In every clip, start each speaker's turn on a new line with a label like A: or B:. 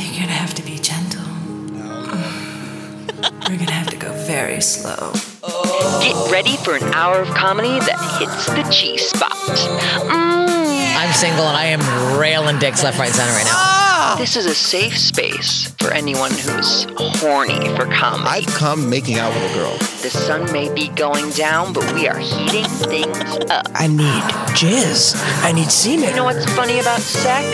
A: You're gonna have to be gentle. We're gonna have to go very slow.
B: Get ready for an hour of comedy that hits the G spot. Mm,
C: I'm single and I am railing dicks left, right, center right now.
D: Ah.
B: this is a safe space for anyone who's horny for comedy.
E: I've come making out with a girl.
B: the sun may be going down, but we are heating things up.
D: I need jizz. I need semen.
B: You know what's funny about sex?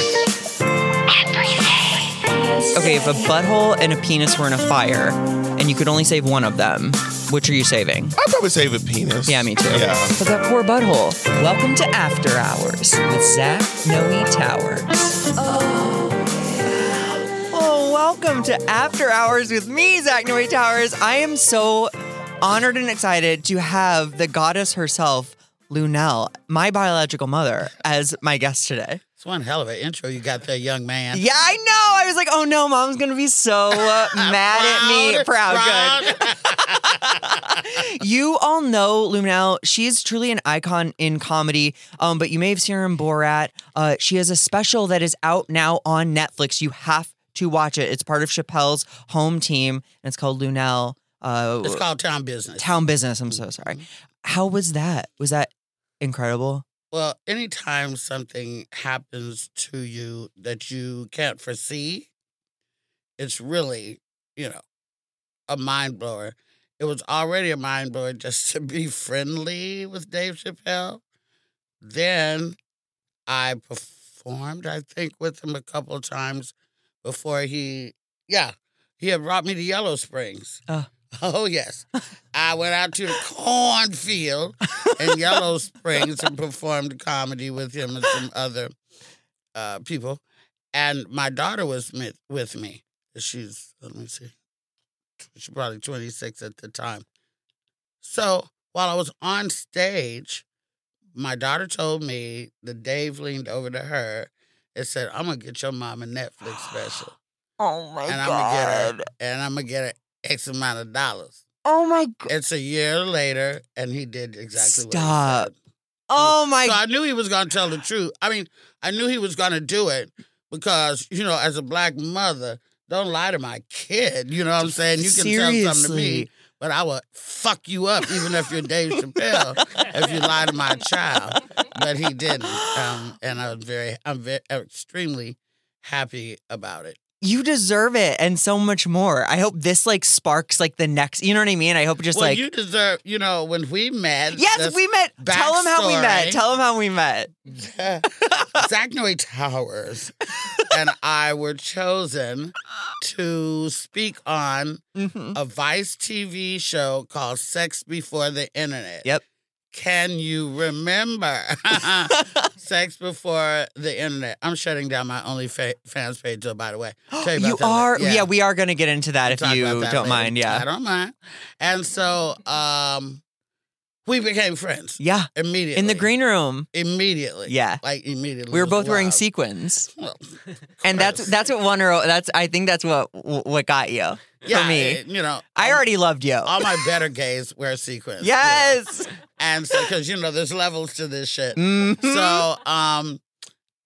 F: Okay, if a butthole and a penis were in a fire and you could only save one of them, which are you saving?
E: I'd probably save a penis.
F: Yeah, me too.
E: Yeah.
F: But that poor butthole. Welcome to After Hours with Zach Noe Towers. Oh, welcome to After Hours with me, Zach Noe Towers. I am so honored and excited to have the goddess herself, Lunel, my biological mother, as my guest today.
G: It's one hell of an intro you got there, young man.
F: Yeah, I know. I was like, oh no, mom's gonna be so uh, mad at me. Proud, good. You all know Luminal. She is truly an icon in comedy. Um, but you may have seen her in Borat. Uh, she has a special that is out now on Netflix. You have to watch it. It's part of Chappelle's home team, and it's called Lunel. Uh,
G: It's called town business.
F: Town Business. I'm so sorry. How was that? Was that incredible?
G: well, anytime something happens to you that you can't foresee, it's really, you know, a mind blower. It was already a mind blower just to be friendly with Dave Chappelle. Then I performed, I think, with him a couple of times before he, yeah, he had brought me to Yellow Springs.
F: Oh.
G: Oh, yes. I went out to the cornfield in Yellow Springs and performed comedy with him and some other uh, people. And my daughter was mit- with me. She's, let me see, she's probably 26 at the time. So while I was on stage, my daughter told me that Dave leaned over to her and said, I'm going to get your mom a Netflix special.
F: Oh my
G: and I'm gonna get her, and I'm gonna get her X amount of dollars.
F: Oh my god.
G: It's a year later, and he did exactly
F: Stop.
G: what he said.
F: Oh my
G: So I knew he was gonna tell the truth. I mean, I knew he was gonna do it because you know, as a black mother, don't lie to my kid. You know what I'm saying? You can tell something to
F: Seriously.
G: me, but I will fuck you up, even if you're Dave Chappelle, if you lie to my child. But he didn't, um, and I'm very, I'm very, extremely happy about it.
F: you deserve it and so much more. I hope this like sparks like the next, you know what I mean? I hope it just
G: well,
F: like,
G: you deserve. You know, when we met,
F: yes,
G: that's-
F: we met. Tell him how we met.
G: backstory.
F: Tell him how we met.
G: Zach Noy Towers and I were chosen to speak on
F: hmm
G: a Vice TV show called Sex Before the Internet.
F: Yep.
G: Can you remember Sex Before the Internet? I'm shutting down my OnlyFans page, though, by the way. Tell about
F: You
G: that
F: are,
G: later.
F: yeah. we are going to get into that if
G: Talk
F: you
G: about
F: don't
G: that later.
F: mind.
G: I
F: Yeah.
G: don't mind. And so um, we became friends
F: Yeah.
G: immediately.
F: In the green room.
G: Immediately.
F: Yeah.
G: Like immediately.
F: We were
G: It was
F: both wearing
G: wild.
F: sequins,
G: Well,
F: and that's
G: Gross.
F: that's what won her. o- That's I think that's what what got you
G: yeah,
F: for me.
G: it- you know,
F: I
G: all-
F: already loved you.
G: all my better gays wear sequins. you know.
F: yes.
G: and because you know there's levels to this shit.
F: Mhm.
G: So, um,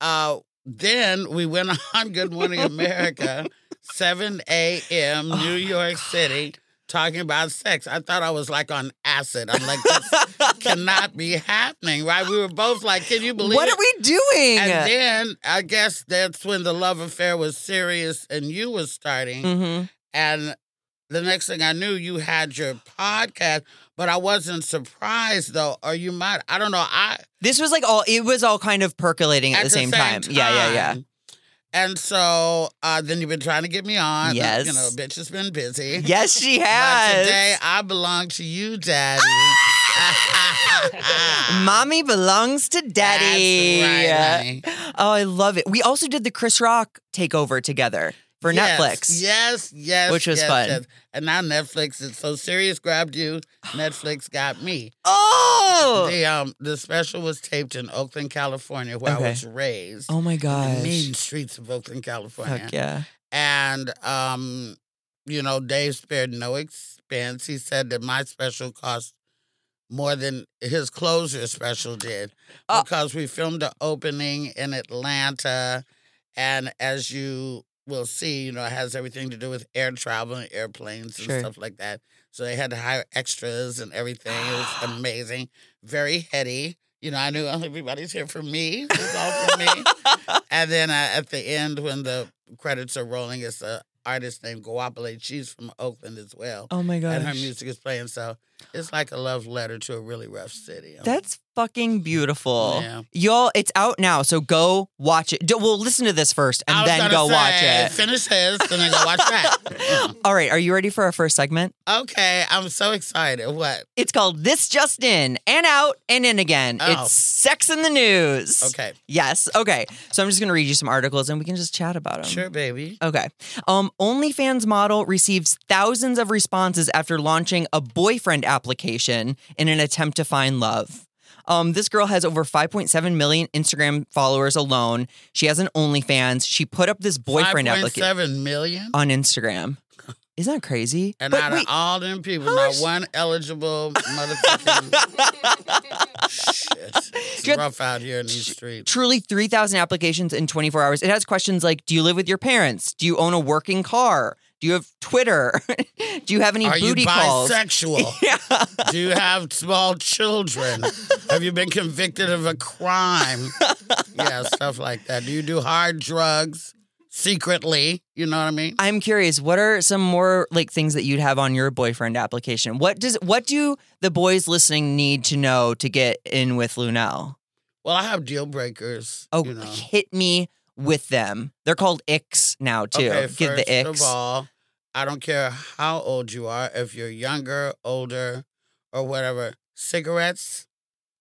G: uh, then we went on Good Morning America, 7
F: Oh
G: a.m. New York City, talking about sex. I thought I was like on acid. I'm like, this cannot be happening, right? We were both like, can you believe
F: what
G: it?
F: are we doing?
G: And then I guess that's when the love affair was serious and you was starting.
F: Mhm.
G: And the next thing I knew, you had your podcast, but I wasn't surprised though. Or you might, I don't know. I
F: This was like all. It was all kind of percolating at, the, same, time. Yeah, yeah, yeah.
G: time. And so uh, then you've been trying to get me on.
F: Yes.
G: You know, bitch has been busy.
F: Yes, she
G: But
F: has.
G: today I belong to you, Daddy.
F: Mommy belongs to Ah! daddy.
G: That's uh, right, honey.
F: Oh, I love it. We also did the Chris Rock takeover together for
G: Yes,
F: Netflix.
G: Yes, yes.
F: Which was
G: yes,
F: fun.
G: yes. And now Netflix is so serious grabbed you. Netflix got me.
F: Oh.
G: The um the special was taped in Oakland, California, where
F: Okay.
G: I was raised.
F: Oh my
G: the
F: gosh.
G: mean streets of Oakland, California.
F: Fuck yeah.
G: And um, you know, Dave spared no expense. He said that my special cost more than his closer special did
F: Oh.
G: because we filmed the opening in Atlanta, and as you will see, you know, it has everything to do with air travel and airplanes and
F: Sure.
G: stuff like that. So they had to hire extras and everything. It was amazing, very heady. You know, I knew "Oh, everybody's here for me. It's all for me. and then uh, at the end, when the credits are rolling, it's an artist named Guapale. She's from Oakland as well.
F: Oh my
G: And her
F: gosh.
G: music is playing. So it's like a love letter to a really rough city.
F: That's fucking beautiful.
G: Yeah.
F: Y'all, it's out now, so go watch it. D- Well, listen to this first
G: I
F: and
G: was
F: then
G: gonna
F: go
G: say,
F: watch it.
G: Finish his, then I go watch that.
F: All right, are you ready for our first segment?
G: okay, I'm so excited. What?
F: It's called This Just In and Out and In Again.
G: Oh.
F: It's sex in the news.
G: Okay,
F: Yes. Okay. So I'm just going to read you some articles and we can just chat about them.
G: sure, baby.
F: Okay. Um, OnlyFans model receives thousands of responses after launching a boyfriend application in an attempt to find love. Um, this girl has over 5.7 million Instagram followers alone. She has an OnlyFans. She put up this boyfriend application
G: 5.7 million?
F: on Instagram. Isn't that crazy?
G: And
F: But
G: out
F: wait,
G: of all them people, not one eligible motherfucking shit. It's
F: You're-
G: rough out here in these streets.
F: truly 3,000 applications in 24 hours. It has questions like Do you live with your parents? Do you own a working car? Do you have Twitter? Do you have any
G: Are you
F: booty calls?
G: bisexual? Do you have small children? have you been convicted of a crime? yeah, stuff like that. Do you do hard drugs secretly? You know what I mean?
F: I'm curious, what are some more like things that you'd have on your boyfriend application? What does what do the boys listening need to know to get in with Lunel?
G: Well, I have deal breakers.
F: Oh,
G: you know.
F: hit me with them. They're called icks now too.
G: Okay,
F: Give
G: first
F: the icks.
G: of all, I don't care how old you are, if you're younger, older, or whatever, cigarettes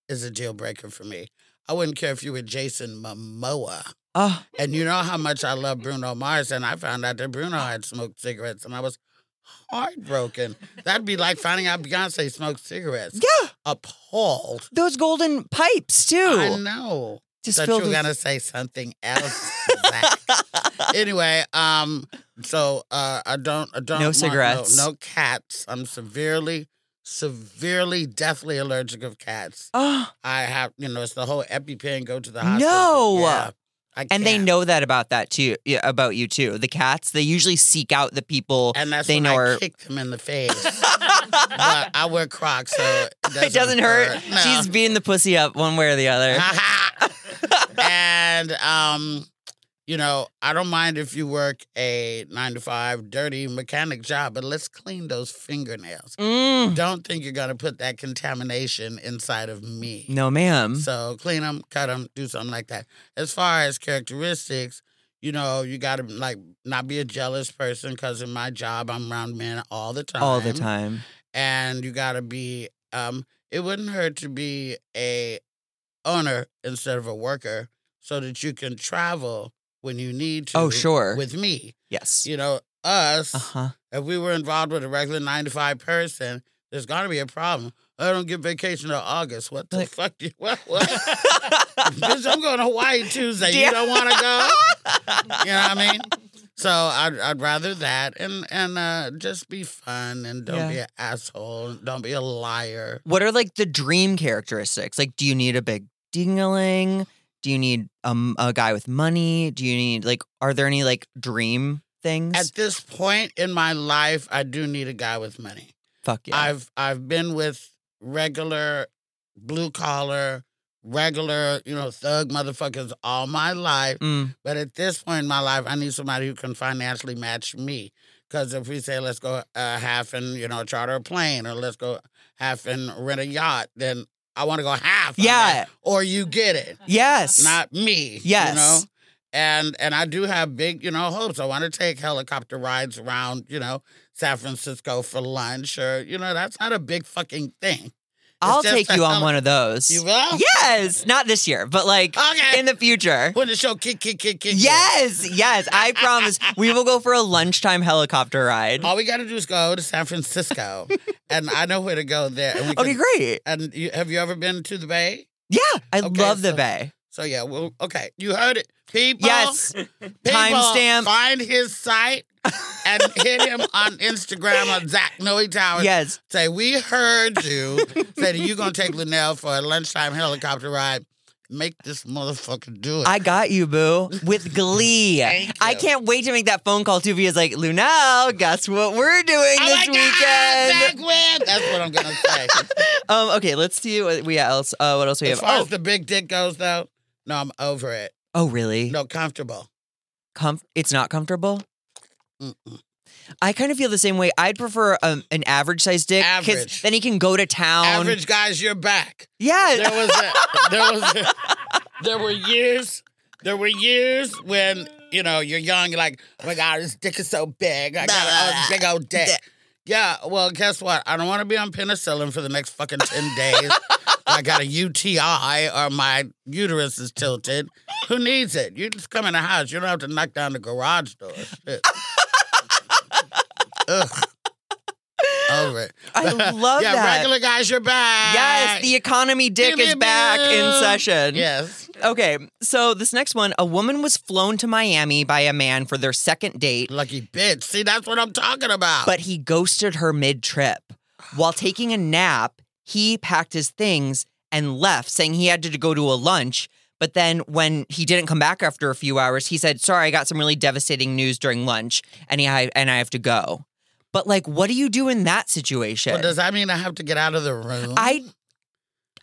G: is a deal breaker for me. I wouldn't care if you were Jason Momoa.
F: oh,
G: And you know how much I love Bruno Mars, and I found out that Bruno had smoked cigarettes, and I was heartbroken. That'd be like finding out Beyonce smoked cigarettes.
F: yeah,
G: Appalled.
F: those golden pipes too.
G: I know.
F: Just
G: That you
F: filled
G: were
F: with-
G: gonna say something else. Zach. anyway, um, so uh, I don't, I don't, want-
F: cigarettes.
G: no, no cats. I'm severely, severely, deathly allergic of cats.
F: Oh,
G: I have, you know, it's the whole EpiPen. Go to the
F: No.
G: hospital. Yeah, I
F: and they
G: can't.
F: know that about that too. Yeah, about you too. The cats, they usually seek out the people
G: and that's
F: they
G: when
F: know
G: I
F: are
G: kick them in the face. but I wear Crocs, so it doesn't,
F: it doesn't hurt.
G: No.
F: She's beating the pussy up one way or the other.
G: and um, you know, I don't mind if you work a nine to five dirty mechanic job, but let's clean those fingernails.
F: Mm.
G: Don't think you're gonna put that contamination inside of me.
F: No, ma'am.
G: So clean them, cut them, do something like that. As far as characteristics, you know, you gotta like not be a jealous person because in my job I'm around men all the time.
F: All the time.
G: and you gotta be um it wouldn't hurt to be a owner instead of a worker so that you can travel when you need to
F: Oh, sure.
G: with me
F: Yes.
G: you know us
F: Uh huh.
G: if we were involved with a regular 95 person there's gonna be a problem i don't get vacation till august what the
F: Like-
G: fuck do you what, what? bitch i'm going to hawaii tuesday you don't want to go you know what i mean so I'd, I'd rather that and and uh, just be fun and don't
F: Yeah.
G: be an asshole and don't be a liar
F: What are like the dream characteristics? Like, do you need a big dingaling? Do you need um, a guy with money? Do you need like? Are there any like dream things?
G: At this point in my life, I do need a guy with money.
F: Fuck yeah.
G: I've I've been with regular blue collar, regular, you know, thug motherfuckers all my life.
F: Mm,
G: But at this point in my life, I need somebody who can financially match me. Because if we say let's go uh, half and you know charter a plane or let's go half and rent a yacht, then I want to go half. on
F: Yeah.
G: that, or you get it
F: yes.
G: not me.
F: Yes.
G: You know? And and I do have big, you know, hopes. I want to take helicopter rides around, you know, San Francisco for lunch or, you know, that's not a big fucking thing.
F: I'll
G: just
F: take
G: a
F: you on
G: heli-
F: one of those.
G: You will?
F: Yes. Not this year, but like
G: Okay.
F: in the future.
G: When the show kick, kick, kick, kick. kick.
F: Yes. Yes. I promise. we will go for a lunchtime helicopter ride.
G: All we got to do is go to San Francisco. and I know where to go there. And we
F: Okay.
G: can-
F: Great.
G: And you, have you ever been to the Bay?
F: Yeah. I
G: Okay,
F: love the
G: so-
F: bay.
G: So, yeah, well, okay. You heard it. People.
F: Yes.
G: People,
F: Timestamp.
G: Find his site and hit him on Instagram on Zach Noe Towers.
F: Yes.
G: Say, we heard you. Say that you're going to take Linnell for a lunchtime helicopter ride. Make this motherfucker do it.
F: I got you, boo, with glee.
G: Thank
F: I
G: you.
F: can't wait to make that phone call too. Via's like, Lunel, guess what we're doing
G: Oh my
F: this
G: God,
F: weekend?
G: Beckwith! That's what I'm gonna say.
F: Um, okay, let's see what we else. Uh, what else we
G: as
F: have?
G: far
F: Oh,
G: as the big dick goes, though, no, I'm over it.
F: oh, really?
G: No, comfortable.
F: Comf- it's not comfortable.
G: Mm-mm.
F: I kind of feel the same way. I'd prefer um, an average sized dick 'cause
G: Average.
F: then he can go to town.
G: Average guys, you're back.
F: Yeah.
G: there was a, there was a, there were years there were years when you know you're young you're like oh my god this dick is so big I got a big old dick yeah well guess what I don't want to be on penicillin for the next fucking ten days I got a UTI or my uterus is tilted who needs it you just come in the house you don't have to knock down the garage door Shit. Ugh. Over it.
F: I love
G: yeah,
F: that.
G: regular guys, you're back.
F: Yes, the economy dick
G: Give me
F: is
G: a
F: back in
G: boo.
F: session.
G: Yes.
F: Okay, so this next one a woman was flown to Miami by a man for their second date,
G: Lucky bitch. See, that's what I'm talking about.
F: but he ghosted her mid trip. While taking a nap, he packed his things and left, saying he had to go to a lunch. But then when he didn't come back after a few hours, he said, Sorry, I got some really devastating news during lunch and, he, I, and I have to go. But, like, what do you do in that situation?
G: Well, does that mean I have to get out of the room?
F: I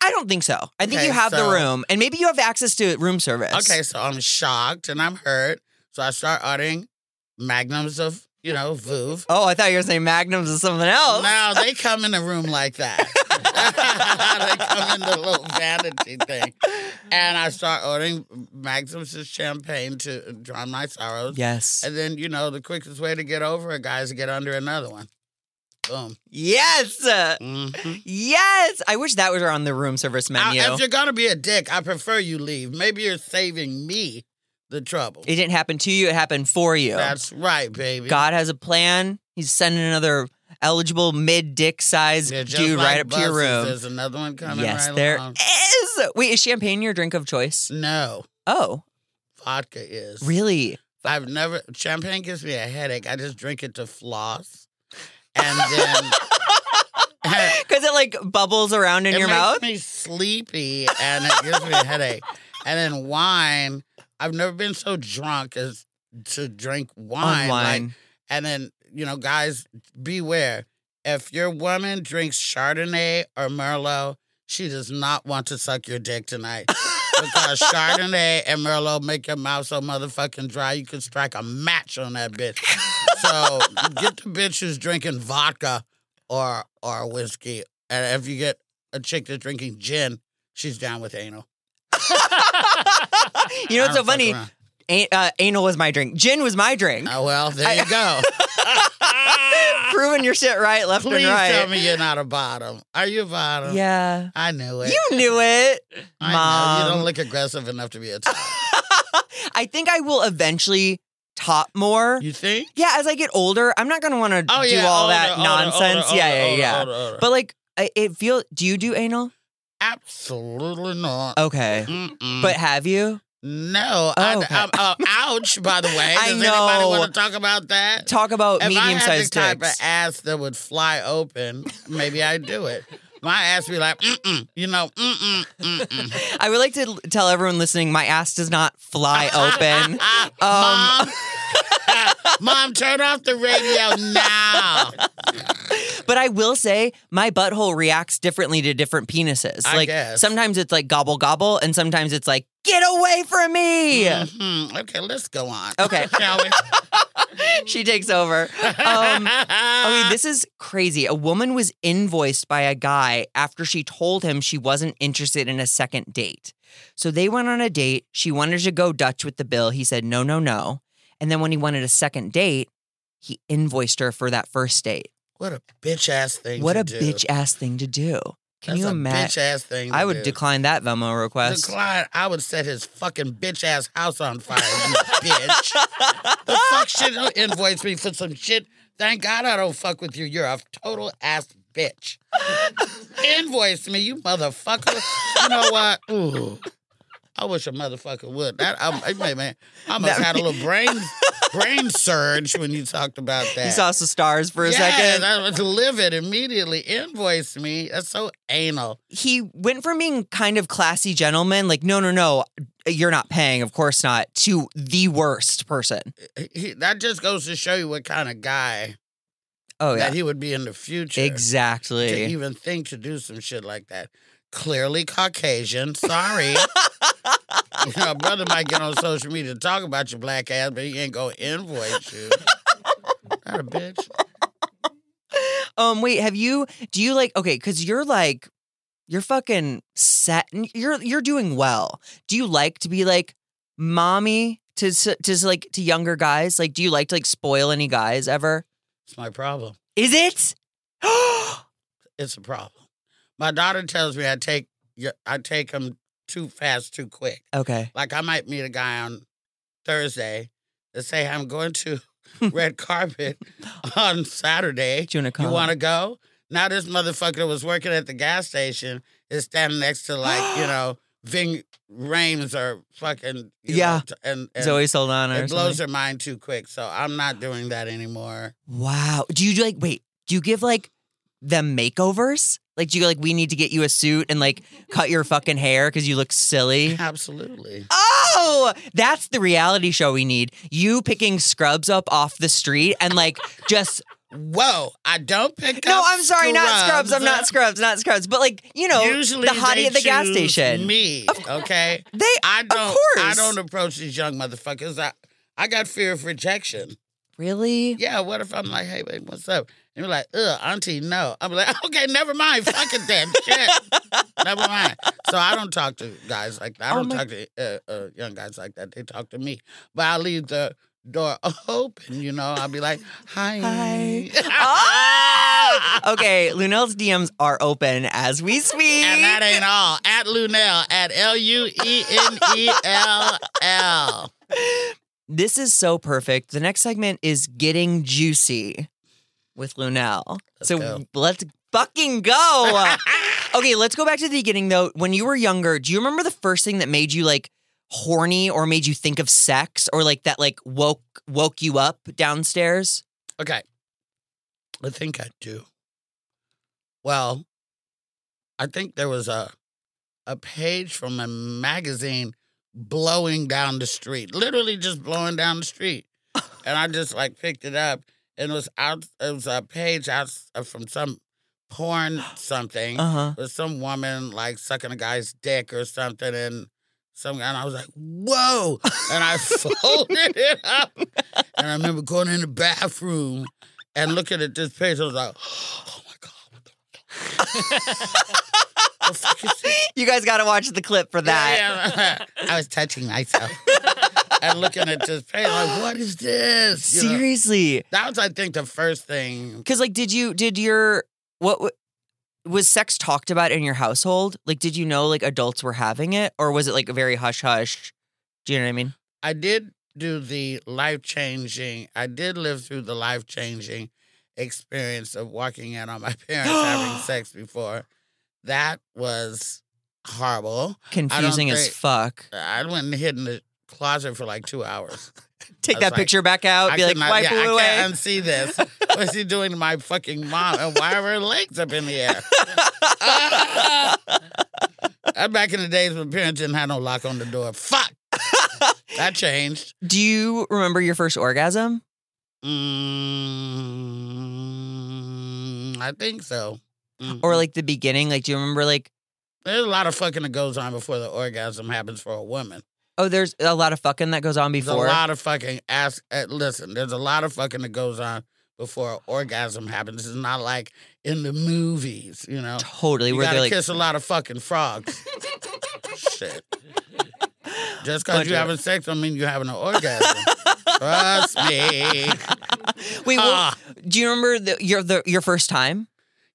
F: I don't think so. I think
G: Okay,
F: you have
G: so-
F: the room, and maybe you have access to room service.
G: Okay, so I'm shocked and I'm hurt. So I start ordering magnums of, you know, Vuv.
F: Oh, I thought you were saying magnums or something else.
G: Now they come in a room like that. they come in the little vanity thing. And I start ordering magnums of champagne to drown my sorrows.
F: Yes.
G: And then, you know, the quickest way to get over a guy is to get under another one. Boom.
F: Yes.
G: Mhm.
F: Yes. I wish that was on the room service
G: I-
F: menu.
G: if you're gonna be a dick, I prefer you leave. Maybe you're saving me the trouble.
F: it didn't happen to you, it happened for you.
G: That's right, baby.
F: God has a plan. He's sending another eligible mid dick size
G: Yeah, just
F: dude
G: like
F: right up to your
G: buses,
F: room.
G: There's another one coming.
F: Yes,
G: right
F: there
G: along.
F: is. Wait, is champagne your drink of choice?
G: No,
F: Oh,
G: vodka is
F: really?
G: I've never champagne gives me a headache. I just drink it to floss, and then it
F: Because it like bubbles around in your
G: makes
F: mouth?
G: me sleepy, and it gives me a headache. And then wine, I've never been so drunk as to drink wine.
F: On
G: Like,
F: wine.
G: And then, you know, guys, beware. If your woman drinks Chardonnay or Merlot, she does not want to suck your dick tonight. because Chardonnay and Merlot make your mouth so motherfucking dry, you could strike a match on that bitch. so get the bitch who's drinking vodka or or whiskey. And if you get a chick that's drinking gin, she's down with anal.
F: you know
G: I
F: what's so
G: don't fuck
F: funny?
G: around.
F: A- uh, anal was my drink. Gin was my drink.
G: Oh, well, there you go.
F: Proving your shit right, left
G: Please
F: and right.
G: tell me you're not a bottom. Are you a bottom?
F: Yeah.
G: I knew it.
F: You knew it.
G: I know.
F: Mom.
G: You don't look aggressive enough to be a top.
F: I think I will eventually top more.
G: You think?
F: Yeah, as I get older, I'm not going to want to do all
G: older,
F: that
G: older,
F: nonsense.
G: older,
F: yeah, yeah,
G: older,
F: yeah.
G: older, older.
F: But like, I- it feel. Do you do anal?
G: Absolutely not.
F: Okay.
G: Mm-mm.
F: Oh, But have you?
G: no, I,
F: Oh, okay.
G: I'm- uh, ouch. By the way,
F: I
G: does
F: know.
G: anybody want to talk about that?
F: Talk about
G: if I
F: medium
G: had the
F: sized
G: type of
F: dicks.
G: ass that would fly open, maybe I'd do it. My ass be like, mm-mm, you know, mm-mm, mm-mm.
F: I would like to l- tell everyone listening my ass does not fly open. Um,
G: Ah, mom, mom, turn off the radio now.
F: But I will say my butthole reacts differently to different penises.
G: I
F: like
G: guess.
F: sometimes it's like gobble gobble, and sometimes it's like get away from me.
G: Mhm. Okay, let's go on.
F: Okay.
G: Shall we?
F: she takes over. Um, okay, this is crazy. A woman was invoiced by a guy after she told him she wasn't interested in a second date. So they went on a date. She wanted to go Dutch with the bill. He said no, no, no. And then when he wanted a second date, he invoiced her for that first date.
G: What a bitch ass thing.
F: what
G: to
F: a
G: do.
F: bitch ass thing to do. Can
G: That's
F: you
G: a
F: imagine?
G: Bitch ass thing. to
F: I would
G: do.
F: decline that Venmo request.
G: Decline. I would set his fucking bitch ass house on fire. You bitch. The fuck shit don't invoice me for some shit. Thank God I don't fuck with you. You're a total ass bitch. invoice me, you motherfucker. You know what? Ooh. I wish a motherfucker would. That, I, I, man, man, I almost had a little brain brain surge when you talked about that.
F: You saw some stars for a
G: Yes,
F: second.
G: I was livid immediately. Invoice me. That's so anal.
F: He went from being kind of classy gentleman, like, no, no, no, you're not paying, of course not, to the worst person.
G: He- he- that just goes to show you what kind of guy
F: Oh, yeah.
G: that he would be in the future. To
F: Exactly.
G: even think to do some shit like that. Clearly Caucasian. Sorry. you know, a brother might get on social media to talk about your black ass, but he ain't gonna invoice you. Not a bitch.
F: Um, wait, have you, do you like, okay, because you're like, you're fucking set, and you're, you're doing well. Do you like to be like mommy to, s- to, s- like, to younger guys? Like, do you like to like spoil any guys ever?
G: It's my problem.
F: Is it?
G: It's a problem. My daughter tells me I take I take him too fast, too quick.
F: okay.
G: Like I might meet a guy on Thursday and say I'm going to red carpet on Saturday.
F: Do you wanna
G: You
F: come?
G: want to go? Now this motherfucker that was working at the gas station is standing next to like you know Ving Rames or fucking you
F: Yeah.
G: know, t- and, and
F: Zoe Saldana. or
G: It blows
F: something.
G: her mind too quick, so I'm not doing that anymore.
F: Wow. Do you like wait? Do you give like them makeovers? Like, do you like we need to get you a suit and like cut your fucking hair because you look silly?
G: Absolutely.
F: Oh, that's the reality show we need. You picking scrubs up off the street and like just
G: Whoa! I don't pick
F: no.
G: up.
F: I'm sorry, not scrubs. I'm not scrubs. Not scrubs. But like you know,
G: Usually
F: the hottie
G: they
F: at the gas
G: choose
F: station.
G: Me, okay.
F: They,
G: I
F: of
G: don't. I
F: course.
G: don't approach these young motherfuckers. I, I got fear of rejection.
F: really.
G: Yeah, what if I'm like, hey, babe, what's up? And you're like, ugh, auntie, no. I'm like, okay, never mind. Fuck it then. Shit. never mind. So I don't talk to guys like that. I
F: Oh
G: don't
F: my-
G: talk to uh, uh, young guys like that. They talk to me. But I leave the door open, you know? I'll be like, hi.
F: Hi. Oh! okay, Lunel's DMs are open as we speak.
G: And that ain't all. At Lunel, at L U E N E L L.
F: This is so perfect. The next segment is getting juicy with Lunel. so
G: go.
F: let's fucking go. okay, let's go back to the beginning though. When you were younger, do you remember the first thing that made you like horny or made you think of sex or like that like woke woke you up downstairs?
G: Okay. I think I do. Well, I think there was a a page from a magazine blowing down the street. Literally just blowing down the street. and I just like picked it up and it was out it was a page out uh, from some porn something.
F: Uh-huh.
G: With some woman like sucking a guy's dick or something and some and I was like, whoa. And I folded it up. And I remember going in the bathroom and looking at this page. I was like, oh my God, what the fuck? The fuck is this?
F: You guys got to watch the clip for that.
G: Yeah, yeah. I was touching myself. and looking at this page, like, what is this? You know?
F: Seriously.
G: That was, I think, the first thing.
F: Cuz like did you did your what w- was sex talked about in your household? Like did you know like adults were having it or was it like very hush hush? Do you know what I mean?
G: I did do the life changing, I did live through the life changing experience of walking in on my parents having sex before. That was horrible.
F: confusing as
G: think-
F: fuck.
G: I went and hid in the closet for like two hours.
F: Take
G: was
F: that
G: like-
F: picture back out.
G: I
F: be like,
G: could not-
F: wipe
G: yeah,
F: it
G: I
F: away.
G: can't um, unsee this. What's he doing to my fucking mom? And why are her legs up in the air? Ah! Uh, back in the days when parents didn't have no lock on the door. Fuck. That changed.
F: Do you remember your first orgasm?
G: Mm, I think so. Mm.
F: Or like the beginning? Like, do you remember like,
G: There's a lot of fucking that goes on before the orgasm happens for a woman.
F: oh, there's a lot of fucking that goes on
G: There's a
F: before?
G: lot of fucking ass. Uh, listen, there's a lot of fucking that goes on before an orgasm happens. It's not like in the movies, you know.
F: Totally.
G: You
F: where
G: gotta
F: they're like,
G: kiss a lot of fucking frogs. Shit. Just because
F: Bunch
G: you're
F: of-
G: having sex don't mean you're having an orgasm. Trust me.
F: wait, well,
G: Ah.
F: do you remember the, your the, your first time?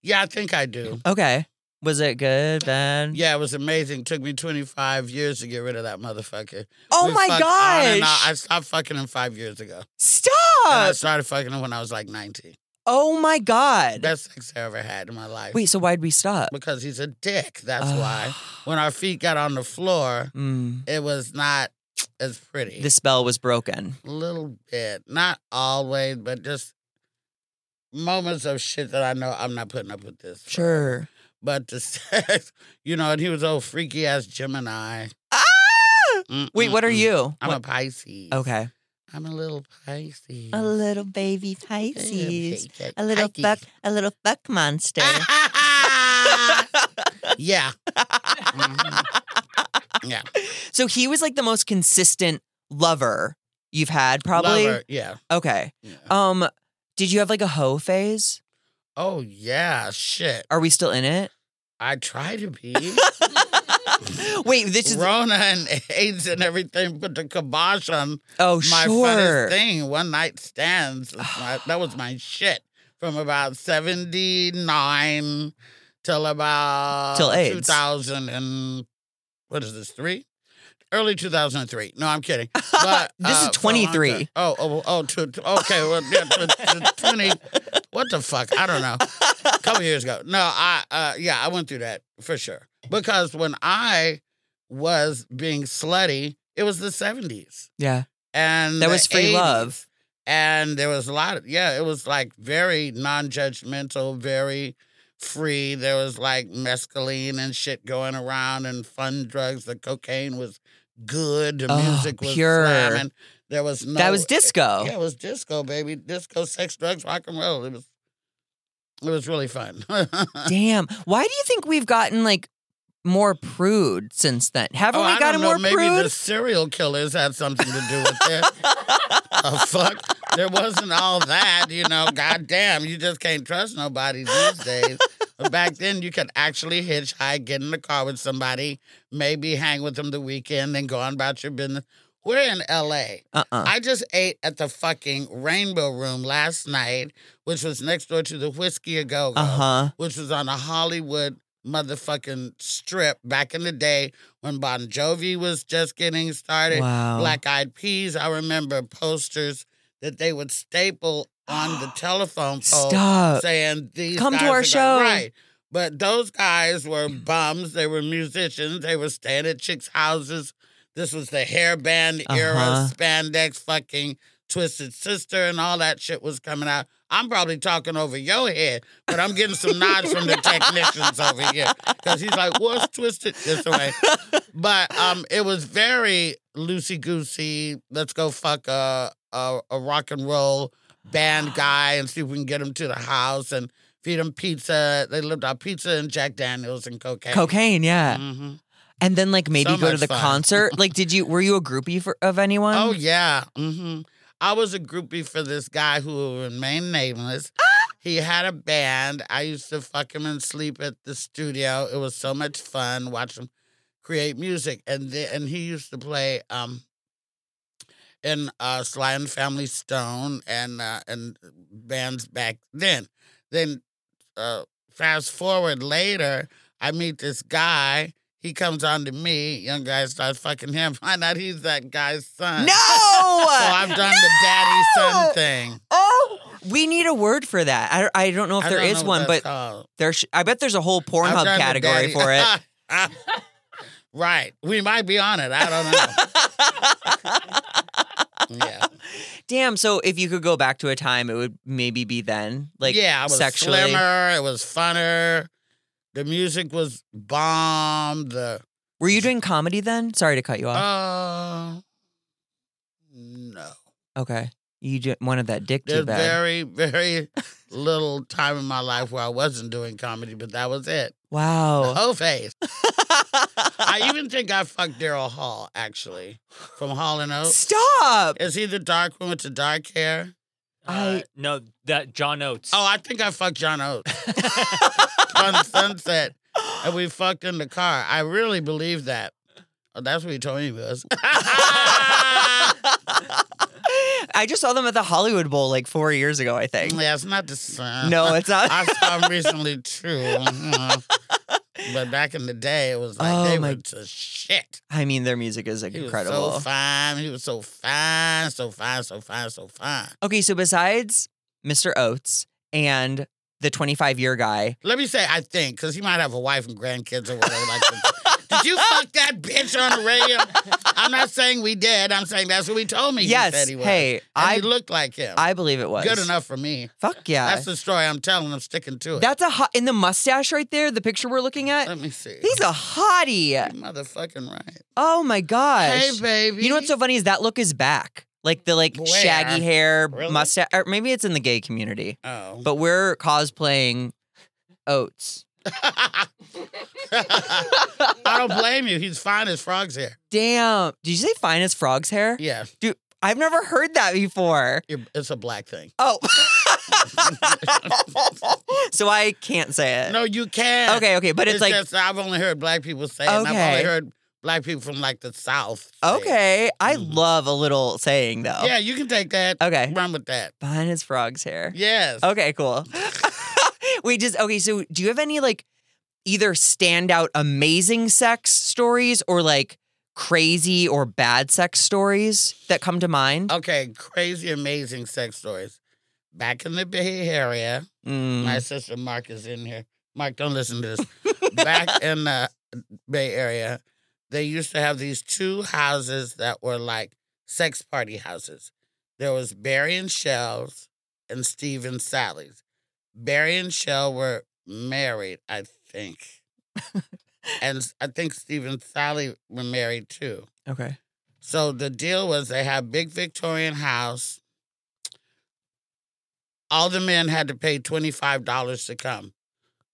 G: Yeah, I think I do.
F: Okay. Was it good, bad?
G: Yeah, it was amazing. Took me 25 years to get rid of that motherfucker.
F: Oh
G: We
F: my
G: fucked on and
F: gosh.
G: off. I stopped fucking him five years ago. And I
F: Stop.
G: started fucking him when I was like 19.
F: Oh my God.
G: Best sex I ever had in my life.
F: Wait, so why'd we stop? Ah,
G: Because he's a dick. That's why. When our feet got on the floor,
F: Mm,
G: it was not as pretty.
F: the spell was broken.
G: a little bit. Not always, but just moments of shit that I know I'm not putting up with this.
F: Sure.
G: But the sex, you know, and he was old freaky ass Gemini.
F: Ah! Wait, what are
G: Mm-mm-mm.
F: you?
G: I'm
F: What-
G: a Pisces.
F: okay.
G: I'm a little Pisces.
F: little baby
G: Pisces. Ah!
F: a little fuck monster.
G: yeah. Mhm. Yeah.
F: so he was like the most consistent lover you've had, probably.
G: Lover, Yeah.
F: Okay.
G: yeah.
F: Um, did you have like a hoe phase?
G: Oh yeah. Shit.
F: Are we still in it?
G: I try to be.
F: Wait, this is
G: Rona and AIDS and everything put the kibosh on
F: oh
G: my
F: sure.
G: funnest thing. One night stands. It's my- that was my shit from about seventy nine till about
F: Till AIDS.
G: two thousand and what is this three? Early 2003. No, I'm kidding. But, uh,
F: This is
G: for a long
F: 23.
G: time- Oh, oh, oh, two, two- okay. Well, yeah, t- t- 20. What the fuck? I don't know. A couple years ago. No, I, uh, yeah, I went through that for sure. Because when I was being slutty, it was the 70s
F: Yeah,
G: and
F: that
G: the
F: was free
G: 80s.
F: love.
G: and there was a lot of yeah it was like very non-judgmental very free there was like mescaline and shit going around and fun drugs the cocaine was good the
F: Oh,
G: music was
F: pure.
G: slamming there was no
F: that was disco.
G: yeah it was disco baby disco sex drugs rock and roll it was it was really fun
F: Damn. Why do you think we've gotten like more prude since then? Haven't
G: Oh,
F: we
G: I
F: gotten
G: don't know.
F: more
G: Maybe
F: prude?
G: the serial killers had something to do with it. the fuck? There wasn't all that, you know. Goddamn, you just can't trust nobody these days. But back then, you could actually hitchhike, get in the car with somebody, maybe hang with them the weekend, and go on about your business. We're in L.A.
F: Uh-uh.
G: I just ate at the fucking Rainbow Room last night, which was next door to the Whiskey A Go Go,
F: Uh-huh.
G: which was on a Hollywood motherfucking strip back in the day when Bon Jovi was just getting started.
F: Wow.
G: Black Eyed Peas, I remember posters that they would staple on the telephone pole
F: Stop.
G: saying these
F: Come to
G: guys
F: our
G: are go-"
F: show.
G: right. But those guys were bums. They were musicians. They were staying at chicks' houses. This was the hairband
F: Uh-huh.
G: era, spandex, fucking Twisted Sister, and all that shit was coming out. I'm probably talking over your head, but I'm getting some nods from the technicians over here because he's like, "What's Twisted?" This way, but um, it was very loosey goosey. Let's go fuck a, a a rock and roll band guy and see if we can get him to the house and feed him pizza. They lived on pizza and Jack Daniels and cocaine.
F: Cocaine, yeah.
G: hmm
F: And then like maybe
G: So
F: go to
G: much
F: the
G: fun.
F: concert. like did you were you a groupie for, of anyone?
G: Oh yeah. hmm I was a groupie for this guy who will remain nameless. He had a band. I used to fuck him and sleep at the studio. It was so much fun. Watch him create music, and the, and he used to play um in uh, Sly and Family Stone and uh, and bands back then. Then uh, fast forward later, I meet this guy. He comes on to me. Young guy starts fucking him. Find out he's that guy's son.
F: No!
G: So I've done the daddy
F: No!
G: son thing.
F: Oh, we need a word for that. I, don't- I don't know if
G: I
F: there
G: don't
F: is
G: know
F: one,
G: what that's
F: but
G: called.
F: there. Sh- I bet there's a whole
G: I've
F: Pornhub
G: done the
F: category
G: daddy-
F: for it.
G: right. We might be on it. I don't know. yeah.
F: Damn. So if you could go back to a time, it would maybe be then. Like
G: yeah, I was
F: sexually.
G: slimmer. It was funner. The music was bomb. The
F: Were you doing comedy then? Sorry to cut you off. Uh-huh.
G: uh, no,
F: okay. You ju- wanted that dick too
G: there's
F: bad.
G: very very little time in my life where I wasn't doing comedy, but that was it.
F: wow.
G: Whole face. I even think I fucked Daryl Hall actually from Hall and Oates.
F: Stop.
G: Is he the dark one with the dark hair?
H: Uh, no, that John Oates.
G: Oh, I think I fucked John Oates on Sunset, and we fucked in the car. I really believe that. Oh, that's what he told me he was. ah!
F: I just saw them at the Hollywood Bowl like four years ago, I think.
G: yeah, it's not the same.
F: No, it's not.
G: I saw him recently too. Mhm. but back in the day, it was like
F: Oh,
G: they
F: my-
G: were to shit.
F: I mean, their music is
G: He
F: incredible.
G: was so fine. He was so fine, so fine, so fine, so fine.
F: okay, so besides Mr. Oates and the 25 year guy.
G: Let me say, I think, because he might have a wife and grandkids or whatever. Like, that. did you fuck that bitch on the radio? I'm not saying we did. I'm saying that's what he told me.
F: yes.
G: he said he was.
F: hey,
G: and
F: I
G: he looked like him.
F: I believe it was
G: Good enough for me.
F: Fuck yeah.
G: That's the story I'm telling. I'm sticking to it.
F: That's a hot in the mustache right there. The picture we're looking at.
G: Let me see.
F: He's a hottie.
G: You're motherfucking right.
F: Oh my gosh.
G: Hey, baby.
F: You know what's so funny is that look is back. Like the like
G: Where?
F: shaggy hair,
G: Really?
F: mustache. Or maybe it's in the gay community,
G: Oh.
F: but we're cosplaying Oats.
G: I don't blame you. He's fine as frog's hair.
F: Damn. Did you say fine as frog's hair?
G: Yeah,
F: Dude, I've never heard that before.
G: you're- it's a black thing.
F: Oh. so I can't say it.
G: No, you can.
F: Okay, okay, but it's, like
G: just, I've only heard black people say it. and I've
F: Okay.
G: only heard black people from like the South. say it.
F: okay. I love a little saying though.
G: Mm. Yeah, you can take that.
F: Okay.
G: Run with that.
F: Fine as frog's hair.
G: Yes.
F: Okay, cool. we just okay. So, do you have any like either standout amazing sex stories or like crazy or bad sex stories that come to mind?
G: Okay, crazy, amazing sex stories. Back in the Bay Area,
F: Mm.
G: my sister Mark is in here. Mark, don't listen to this. Back in the Bay Area, they used to have these two houses that were like sex party houses. There was Barry and Shell's and Steve and Sally's. Barry and Shell were married, I think. and I think Steve and Sally were married too.
F: Okay.
G: So the deal was they had big Victorian house. All the men had to pay twenty five dollars to come.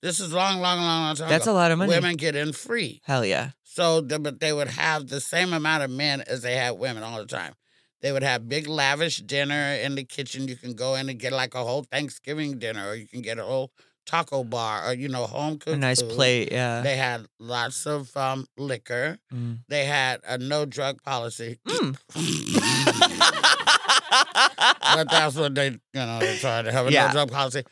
G: This is long, long, long, long time.
F: That's a
G: ago.
F: lot of money.
G: Women get in free.
F: Hell yeah.
G: So, the, but they would have the same amount of men as they had women all the time. They would have big lavish dinner in the kitchen. You can go in and get like a whole Thanksgiving dinner, or you can get a whole taco bar, or you know, home
F: A
G: cooked.
F: nice
G: food.
F: plate. Yeah.
G: They had lots of um, liquor.
F: Mm.
G: They had a no drug policy.
F: Mm.
G: but that's what they, you know, they tried to have a
F: Yeah.
G: no drug policy.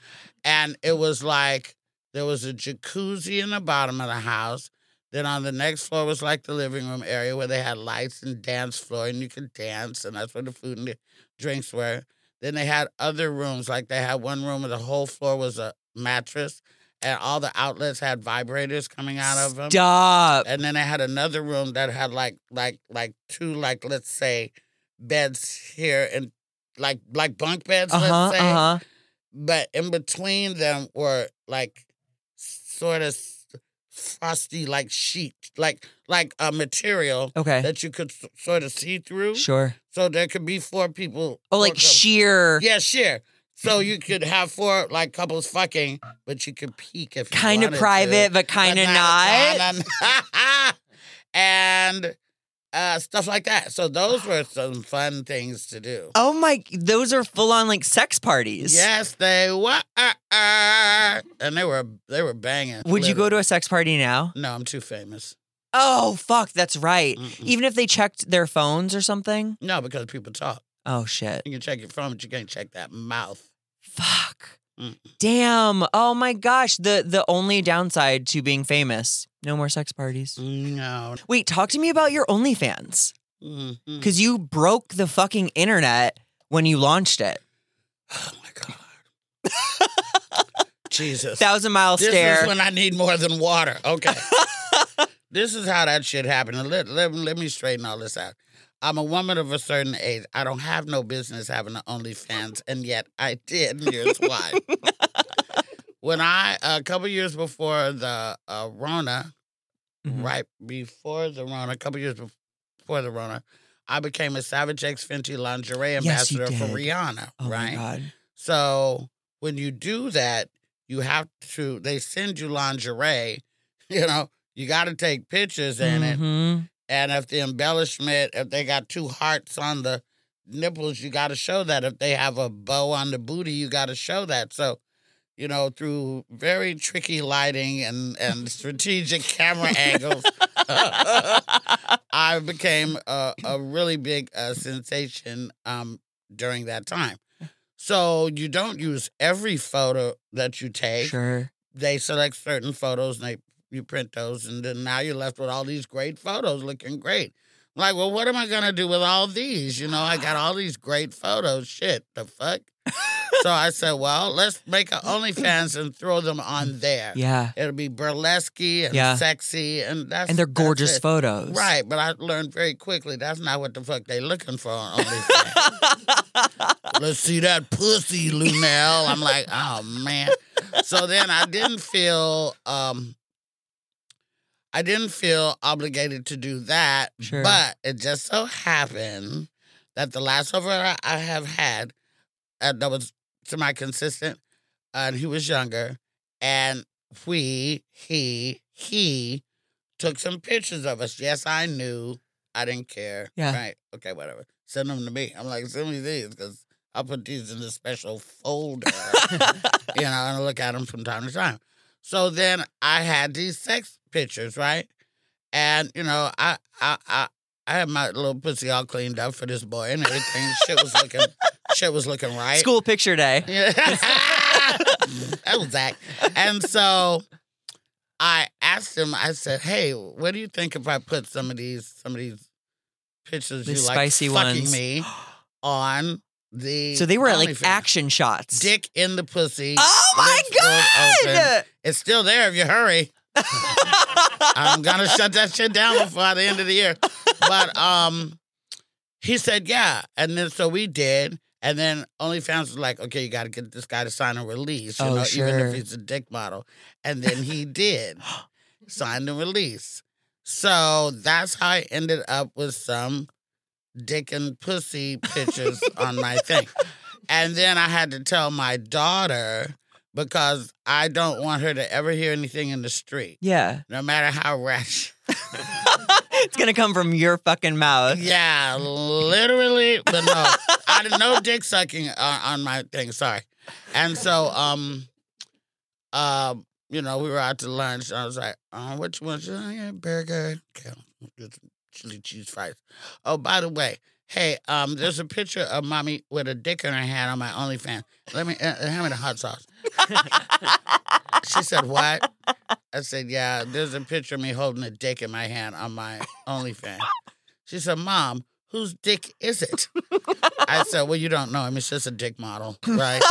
G: And it was like there was a jacuzzi in the bottom of the house. Then on the next floor was like the living room area where they had lights and dance floor, and you could dance, and that's where the food and the drinks were. Then they had other rooms, like they had one room where the whole floor was a mattress, and all the outlets had vibrators coming out of them
F: Stop.
G: and then I had another room that had like like like two like let's say beds here and like like bunk beds
F: Uh huh.
G: let's say
F: Uh huh.
G: but in between them were like sort of frosty like sheet like like a material
F: Okay.
G: that you could s- sort of see through
F: Sure.
G: so there could be four people
F: Oh,
G: four
F: like
G: couples.
F: sheer.
G: yeah sure so you could have four like couples fucking but you could peek if you
F: Kind of
G: wanted to
F: private, but kind of not.
G: kinda not. and uh, stuff like that. So those were some fun things to do.
F: Oh my! Those are full on like sex parties.
G: Yes, they were, and they were they were banging.
F: Would you go to a sex party now?
G: No, I'm too famous.
F: Oh fuck, that's right.
G: Mm-mm.
F: Even if they checked their phones or something.
G: No, because people talk.
F: Oh shit.
G: You can check your phone, but you can't check that mouth.
F: Fuck.
G: Mm-mm.
F: Damn. Oh my gosh. The the only downside to being famous. No more sex parties.
G: No. Mm-hmm.
F: Wait, talk to me about your OnlyFans.
G: Mm-mm.
F: Cause you broke the fucking internet when you launched it.
G: Oh my god. Jesus.
F: Thousand mile
G: This is
F: stare.
G: when I need more than water. Okay. this is how that shit happened. And Let, let, let me straighten all this out. I'm a woman of a certain age. I don't have no business having an OnlyFans, and yet I did. And here's why. when I, a couple years before the uh, Rona,
F: Mhm.
G: right before the Rona, a couple years before the Rona, I became a Savage X Fenty lingerie
F: Yes, you
G: ambassador for
F: did.
G: Rihanna,
F: Oh
G: right?
F: my god.
G: So when you do that, you have to, they send you lingerie, you know, you got to take pictures in it.
F: Mhm.
G: And if the embellishment, if they got two hearts on the nipples, you got to show that. If they have a bow on the booty, you got to show that. So, you know, through very tricky lighting and, and strategic camera angles, I became a, a really big uh, sensation um, during that time. So you don't use every photo that you take.
F: Sure.
G: They select certain photos and they you print those, and then now you're left with all these great photos looking great. I'm like, well, what am I gonna do with all these? You know, I got all these great photos. Shit, the fuck. so I said, well, let's make an OnlyFans and throw them on there.
F: Yeah.
G: It'll be burlesque and
F: Yeah.
G: sexy and that's
F: And they're
G: that's
F: gorgeous
G: it.
F: photos.
G: Right, but I learned very quickly that's not what the fuck they looking for on OnlyFans. Let's see that pussy, Lunel. I'm like, oh man. So then I didn't feel um I didn't feel obligated to do that.
F: Sure.
G: But it just so happened that the last over I I have had uh, that was semi consistent, and he was younger, and we, he, he took some pictures of us. Yes, I knew. I didn't care.
F: Yeah.
G: Right. Okay, whatever. Send them to me. I'm like, send me these because I'll put these in a special folder, you know, and I look at them from time to time. So then I had these sex pictures, right? And, you know, I, I, I, I had my little pussy all cleaned up for this boy and everything. shit was looking, shit was looking right.
F: School picture day.
G: Yeah. that was Zach. And so I asked him, I said, Hey, what do you think if I put some of these some of these pictures
F: The
G: you
F: spicy
G: like fucking
F: ones.
G: me on the
F: So they were like
G: OnlyFans?"
F: action shots.
G: dick in the pussy.
F: Oh my
G: lips rolled open.
F: God!
G: It's still there if you hurry. I'm gonna shut that shit down before the end of the year. But um he said yeah. And then so we did. And then OnlyFans was like, okay, you gotta get this guy to sign a release, you
F: Oh,
G: know, even
F: sure.
G: if he's a dick model. And then he did sign the release. So that's how I ended up with some dick and pussy pictures on my thing. And then I had to tell my daughter because I don't want her to ever hear anything in the street,
F: Yeah.
G: no matter how rash.
F: It's going to come from your fucking mouth.
G: Yeah, literally. But no, I didn't know dick sucking on, on my thing. Sorry. And so, um, um, you know, we were out to lunch, and I was like, uh, "What you want? She's like, yeah, burger, okay, I'll get some chili cheese fries." Oh, by the way, hey, um, there's a picture of mommy with a dick in her hand on my OnlyFans. Let me uh, uh, hand me the hot sauce. she said, "What?" I said, "Yeah, there's a picture of me holding a dick in my hand on my OnlyFans." She said, Mom, whose dick is it? I said, Well, you don't know him. It's just a dick model, right?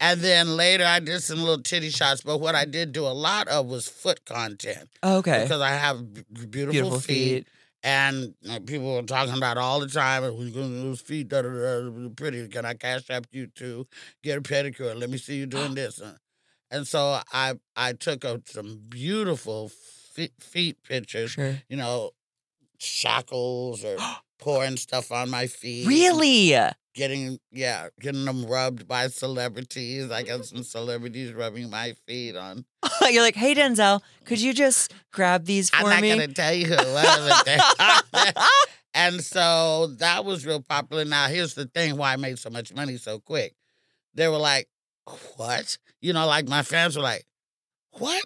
G: and then later I did some little titty shots, but what I did do a lot of was foot content
F: Oh, Okay.
G: because I have b- beautiful,
F: Beautiful
G: feet.
F: feet.
G: And uh, people were talking about all the time, and who's going to lose feet? Da, da, da, da, pretty. Can I cash app you to get a pedicure? Let me see you doing this. Uh, And so I I took up some beautiful feet, feet pictures
F: Sure.
G: you know, shackles or pouring stuff on my feet.
F: Really?
G: Getting yeah, getting them rubbed by celebrities. I got some celebrities rubbing my feet on.
F: You're like, hey, Denzel, could you just grab these for
G: I'm not
F: me?
G: gonna tell you who it was, but they- and so that was real popular. Now here's the thing: why I made so much money so quick? They were like, "What?" You know, like my fans were like, "What?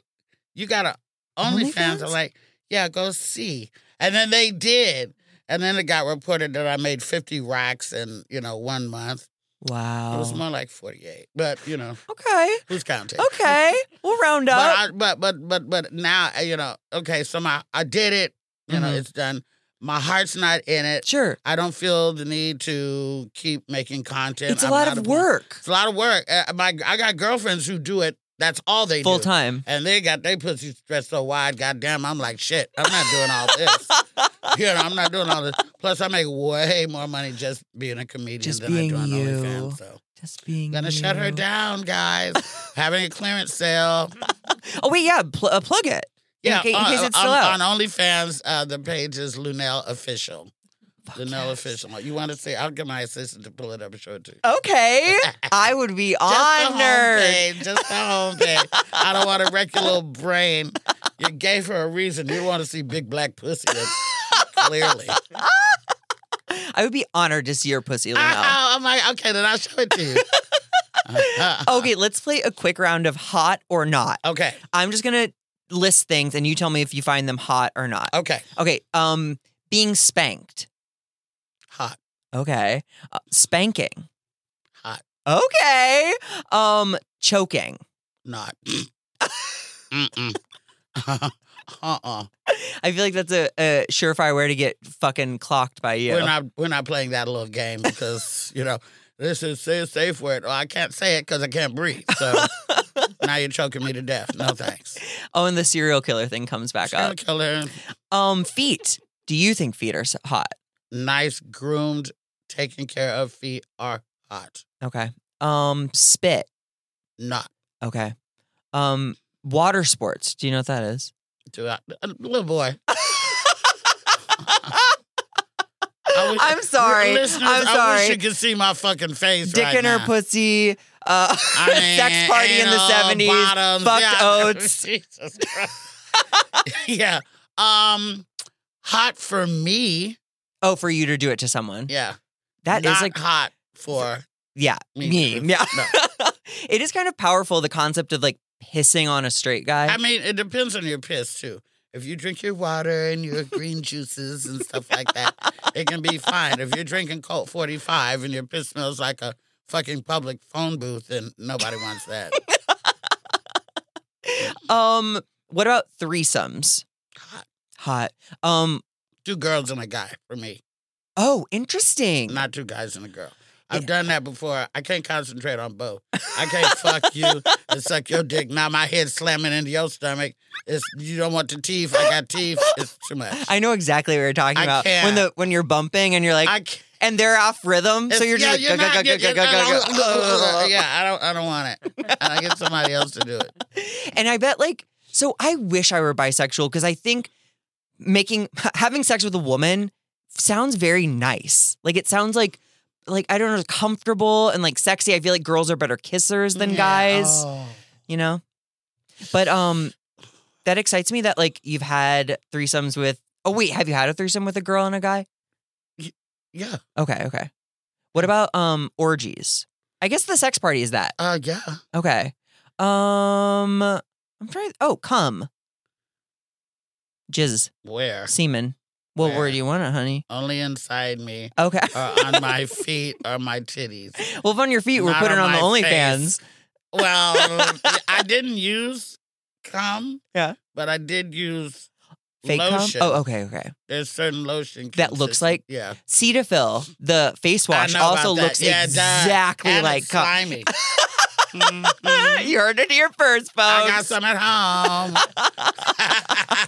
G: You got a OnlyFans?"
F: OnlyFans?
G: I'm like, "Yeah, go see." And then they did. And then it got reported that I made 50 racks in, you know, one month. It was
F: Wow.
G: more like 48. But, you know,
F: Okay.
G: who's counting?
F: Okay. We'll round
G: but,
F: up.
G: I, but but but but now uh, you know. Okay, so my I did it. You know,
F: Mhm.
G: it's done. My heart's not in it.
F: Sure.
G: I don't feel the need to keep making content.
F: It's a
G: I'm
F: lot
G: not
F: of
G: one-
F: work.
G: It's a lot of work. Uh, my I got girlfriends who do it. That's all they
F: Full
G: do.
F: time.
G: And they got they pussy stretched so wide, goddamn, I'm like, shit, I'm not doing all this. you know, I'm not doing all this. Plus, I make way more money just being a comedian
F: Just
G: than I
F: being
G: do on
F: you.
G: OnlyFans. So,
F: Just being.
G: gonna shut her
F: you.
G: down, guys. Having a clearance sale.
F: Oh, wait. Yeah. Pl- uh, plug it. In ca- in
G: on,
F: case it's still out.
G: on, on OnlyFans, uh, the page is Lunel Official. Lunel Official. You want to see? I'll get my assistant to pull it up and show it to you.
F: Okay. I would be
G: Just the
F: honored.
G: homepage, just the homepage. I don't want to wreck your little brain. You gave her a reason. You want to see big black pussy. Clearly.
F: I would be honored to see your pussy, Lunel.
G: I, am like, okay, then I'll show it to you.
F: Okay, let's play a quick round of hot or not.
G: Okay,
F: I'm just gonna list things and you tell me if you find them hot or not.
G: okay.
F: Okay, um being spanked.
G: Hot.
F: Okay. Uh, spanking.
G: Hot.
F: Okay. Um choking.
G: Not. Mm-mm. uh-uh.
F: I feel like that's a, a surefire way to get fucking clocked by you.
G: We're not we're not playing that little game because you know This is say a safe word. Oh, I can't say it because I can't breathe. So now you're choking me to death. No thanks.
F: Oh, and the serial killer thing comes back
G: Serial
F: up.
G: killer,
F: Um, feet. Do you think feet are s- hot?
G: nice, groomed, taken care of feet are hot.
F: Okay. Um, spit.
G: Not
F: Okay. Um, water sports. Do you know what that is?
G: to a little boy. I wish- uh,
F: I'm sorry.
G: Listeners,
F: I'm
G: I wish
F: sorry.
G: you could see my fucking face
F: Dick
G: right
F: and her
G: now.
F: pussy. Uh,
G: I mean,
F: sex party in the
G: anal,
F: seventies.
G: bottoms,
F: fucked
G: yeah.
F: oats.
G: Jesus Christ. yeah. Um, hot for me.
F: Oh, for you to do it to someone.
G: Yeah.
F: That is
G: Not
F: like
G: hot for
F: yeah,
G: me.
F: me. Yeah.
G: No.
F: it is kind of powerful the concept of like pissing on a straight guy.
G: I mean, it depends on your piss too. If you drink your water and your green juices and stuff like that, it can be fine. If you're drinking Colt 45 and your piss smells like a fucking public phone booth, then nobody wants that.
F: um, what about threesomes?
G: Hot.
F: Hot. Um.
G: Two girls and a guy for me,
F: Oh, interesting.
G: not two guys and a girl. I've done that before. I can't concentrate on both. I can't fuck you and suck your dick. Now my head's slamming into your stomach. It's you don't want the teeth. I got teeth. It's too much.
F: I know exactly what you're talking
G: I
F: about. When
G: can't.
F: the when you're bumping and you're like,
G: I can't.
F: and they're off rhythm, so
G: It's-
F: you're
G: yeah,
F: just like, go,
G: not-
F: go,
G: uh,
F: go,
G: you're-
F: go, go, go,
G: you're-
F: go, go.
G: Yeah, I don't, I don't want it. And I get somebody else to do it.
F: And I bet like so I wish I were bisexual because I think making having sex with a woman sounds very nice. Like it sounds like like I don't know, comfortable and like sexy. I feel like girls are better kissers than
G: Yeah.
F: guys,
G: Oh.
F: you know? But um that excites me that like you've had threesomes with Oh wait, have you had a threesome with a girl and a guy?
G: Yeah,
F: Okay, okay. What about um orgies? I guess the sex party is that.
G: uh, yeah.
F: Okay. Um I'm trying oh, come. Jizz,
G: Where?
F: semen. What
G: Where?
F: word do you want it, honey?
G: Only inside me,
F: Okay.
G: or on my feet, or my titties.
F: well, if on your feet, we're
G: Not
F: putting
G: on
F: on the
G: my
F: OnlyFans.
G: Well, I didn't use cum.
F: Yeah.
G: but I did use
F: Fake cum?
G: lotion.
F: Oh, okay, okay.
G: There's certain lotion
F: That looks
G: consist-
F: like
G: yeah,
F: Cetaphil, the face wash,
G: know
F: also
G: about that.
F: looks
G: Yeah, it does.
F: exactly
G: and
F: like
G: it's
F: cum.
G: slimy. Mhm.
F: you heard it here first, folks.
G: I got some at home.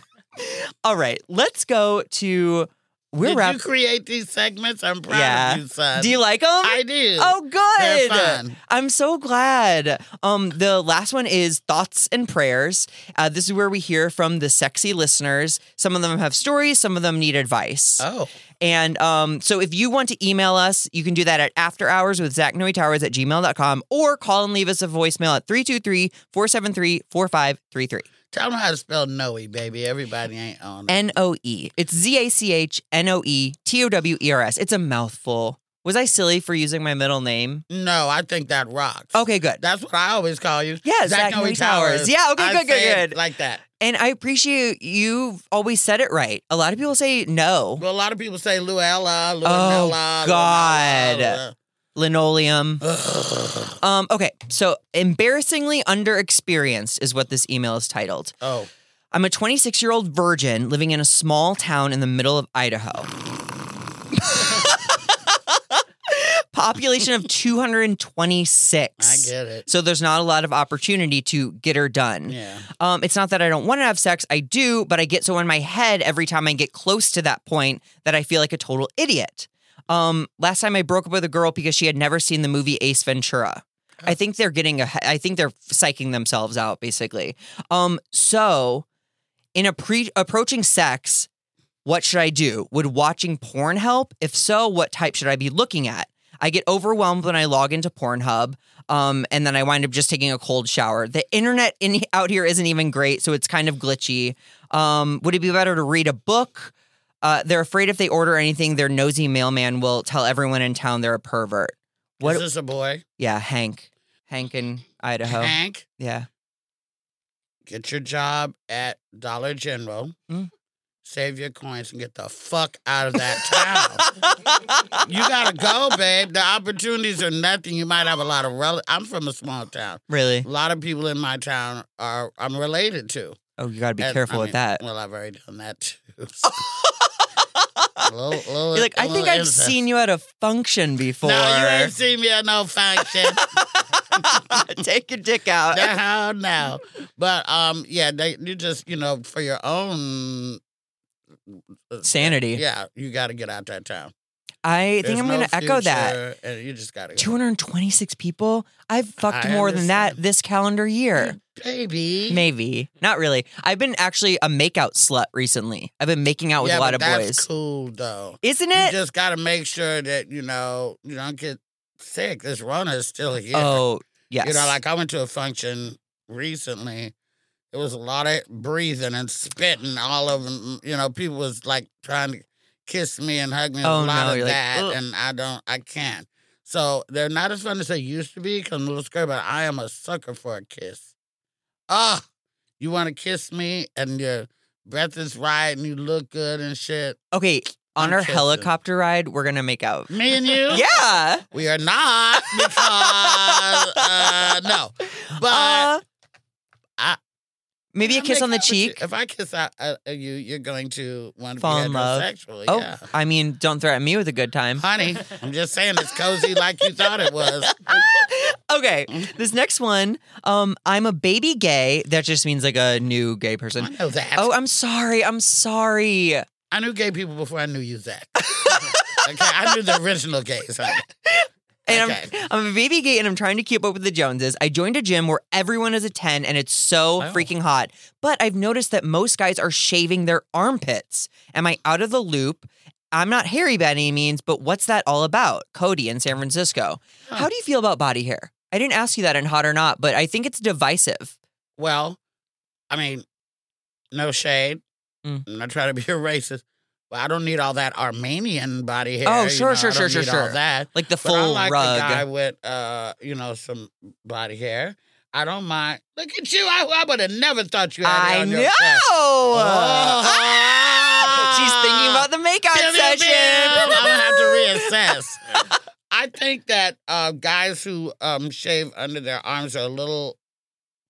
F: All right, let's go to. We're
G: Did
F: wrapping.
G: you create these segments? I'm proud
F: Yeah.
G: of you, son.
F: do you like them?
G: I do.
F: Oh,
G: They're
F: good.
G: fun.
F: I'm so glad. Um, the last one is thoughts and prayers. Uh, this is where we hear from the sexy listeners. Some of them have stories. Some of them need advice.
G: Oh.
F: And um, so if you want to email us, you can do that at afterhourswithzachnewitowers at gmail.com or call and leave us a voicemail at 323-473-4533.
G: Tell them how to spell Noe, baby. Everybody ain't on it.
F: N-O-E. E. It's E Z-A-C-H-N-O-E-T-O-W-E-R-S. It's a mouthful. Was I silly for using my middle name?
G: No, I think that rocks.
F: Okay, good.
G: That's what I always call you.
F: Oh. Yeah, Zach Noe Towers. Yeah, okay,
G: I
F: good, good,
G: say it
F: good.
G: Like that.
F: And I appreciate you've always said it right. A lot of people say no.
G: Well, a lot of people say Luella, Luella,
F: Oh, God.
G: Luella.
F: Linoleum.
G: Ugh.
F: Um, okay, so embarrassingly underexperienced is what this email is titled.
G: Oh,
F: I'm a 26 year old virgin living in a small town in the middle of Idaho. Population of 226.
G: I get it.
F: So there's not a lot of opportunity to get her done.
G: Yeah.
F: Um, it's not that I don't want to have sex, I do, but I get so in my head every time I get close to that point that I feel like a total idiot. Um, last time I broke up with a girl because she had never seen the movie Ace Ventura. I think they're getting a, I think they're psyching themselves out basically. Um, so in a pre approaching sex, what should I do? Would watching porn help? If so, what type should I be looking at? I get overwhelmed when I log into Pornhub, um, and then I wind up just taking a cold shower. The internet in out here isn't even great, so it's kind of glitchy. Um, would it be better to read a book? Uh, they're afraid if they order anything, their nosy mailman will tell everyone in town they're a pervert.
G: what
F: What-
G: is this a boy?
F: Yeah, Hank, Hank in Idaho.
G: Hank,
F: Yeah,
G: get your job at Dollar General.
F: Mm.
G: Save your coins and get the fuck out of that town. You gotta go, babe. The opportunities are nothing. You might have a lot of relatives. I'm from a small town.
F: really?
G: A lot of people in my town are I'm related to.
F: Oh, you gotta be
G: And,
F: careful
G: I
F: with
G: mean,
F: that.
G: Well, I've already done that too. so. Little- little-
F: You're like, I
G: little
F: think I've
G: incest.
F: seen you at a function before.
G: No, you ain't seen me at no function.
F: Take your dick out.
G: no, no. But um, yeah, they, you just you know for your own
F: Sanity.
G: Yeah, you got to get out that town.
F: I think I'm going to echo that.
G: And you just got to
F: 226 people. I've fucked
G: I
F: more than that
G: understand.
F: this calendar year.
G: Mm-hmm. baby.
F: Maybe. Not really. I've been actually a makeout slut recently. I've been making out with
G: yeah,
F: a lot
G: but
F: of
G: that's
F: boys.
G: cool though.
F: Isn't
G: You
F: it?
G: just got to make sure that you know you don't get sick. This runner is still here.
F: Oh, yes.
G: You know, like I went to a function recently. It was a lot of breathing and spitting all over. m- You know, people was like trying to kiss me and hug me. It was
F: Oh,
G: a lot
F: no,
G: of
F: you're like,
G: that,
F: "Ugh."
G: and I don't, I can't. So they're not as fun as they used to be because I'm a little scared, but I am a sucker for a kiss. Ah, you want to kiss me and your breath is right and you look good and shit.
F: okay, on our
G: Manchester.
F: helicopter ride, we're going to make out.
G: Me and you?
F: Yeah.
G: We are not because, uh, no. But.
F: Uh,
G: I-
F: maybe a
G: I
F: kiss
G: make
F: on the
G: out with you.
F: cheek.
G: If I kiss out uh, uh, you, you're going to want to
F: Fall
G: be
F: in love.
G: heterosexual.
F: Oh,
G: Yeah.
F: I mean, don't threaten me with a good time.
G: Honey, I'm just saying it's cozy like you thought it was.
F: Okay, this next one, um, I'm a baby gay. That just means like a new gay
G: I
F: person.
G: know that.
F: Oh, I'm sorry. I'm sorry.
G: I knew gay people before I knew you, Zach. okay, I knew the original gays, honey.
F: And
G: Okay.
F: I'm, I'm a baby gay and I'm trying to keep up with the Joneses. I joined a gym where everyone is a 10 and it's so freaking hot. But I've noticed that most guys are shaving their armpits. Am I out of the loop? I'm not hairy by any means, but what's that all about? Cody in San Francisco. How do you feel about body hair? I didn't ask you that in Hot or Not, but I think it's divisive.
G: Well, I mean, no shade.
F: Mm.
G: I'm not trying to be a racist, but I don't need all that Armenian body hair.
F: Oh,
G: you
F: sure,
G: know,
F: sure,
G: I don't
F: sure, sure,
G: need all
F: sure.
G: that.
F: Like the
G: But I
F: full
G: like
F: rug.
G: the guy with uh, you know, some body hair. I don't mind. Look at you. I, I would have never thought you had it
F: I
G: on
F: know. Oh,
G: your chest. Oh.
F: She's thinking about the makeout
G: Pew, pew, pew.
F: session.
G: I'm gonna have to reassess. I think that uh, guys who um, shave under their arms are a little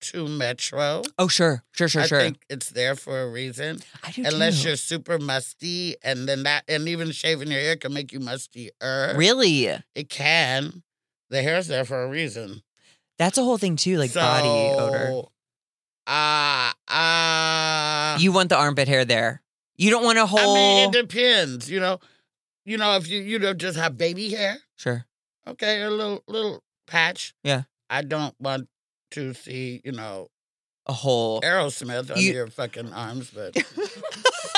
G: too metro.
F: oh, sure, sure, sure,
G: I
F: sure.
G: think it's there for a reason.
F: I do
G: Unless
F: too.
G: you're super musty, and then that, and even shaving your hair can make you mustier.
F: really.
G: It can. The hair's there for a reason.
F: That's a whole thing too, like body odor.
G: Ah, ah.
F: You want the armpit hair there. You don't want a
G: I
F: whole.
G: mean, it depends. You know, you know, if you you know just have baby hair,
F: sure.
G: okay, a little little patch.
F: Yeah.
G: I don't want to see you know
F: A whole.
G: Aerosmith under
F: You-
G: your fucking arms, but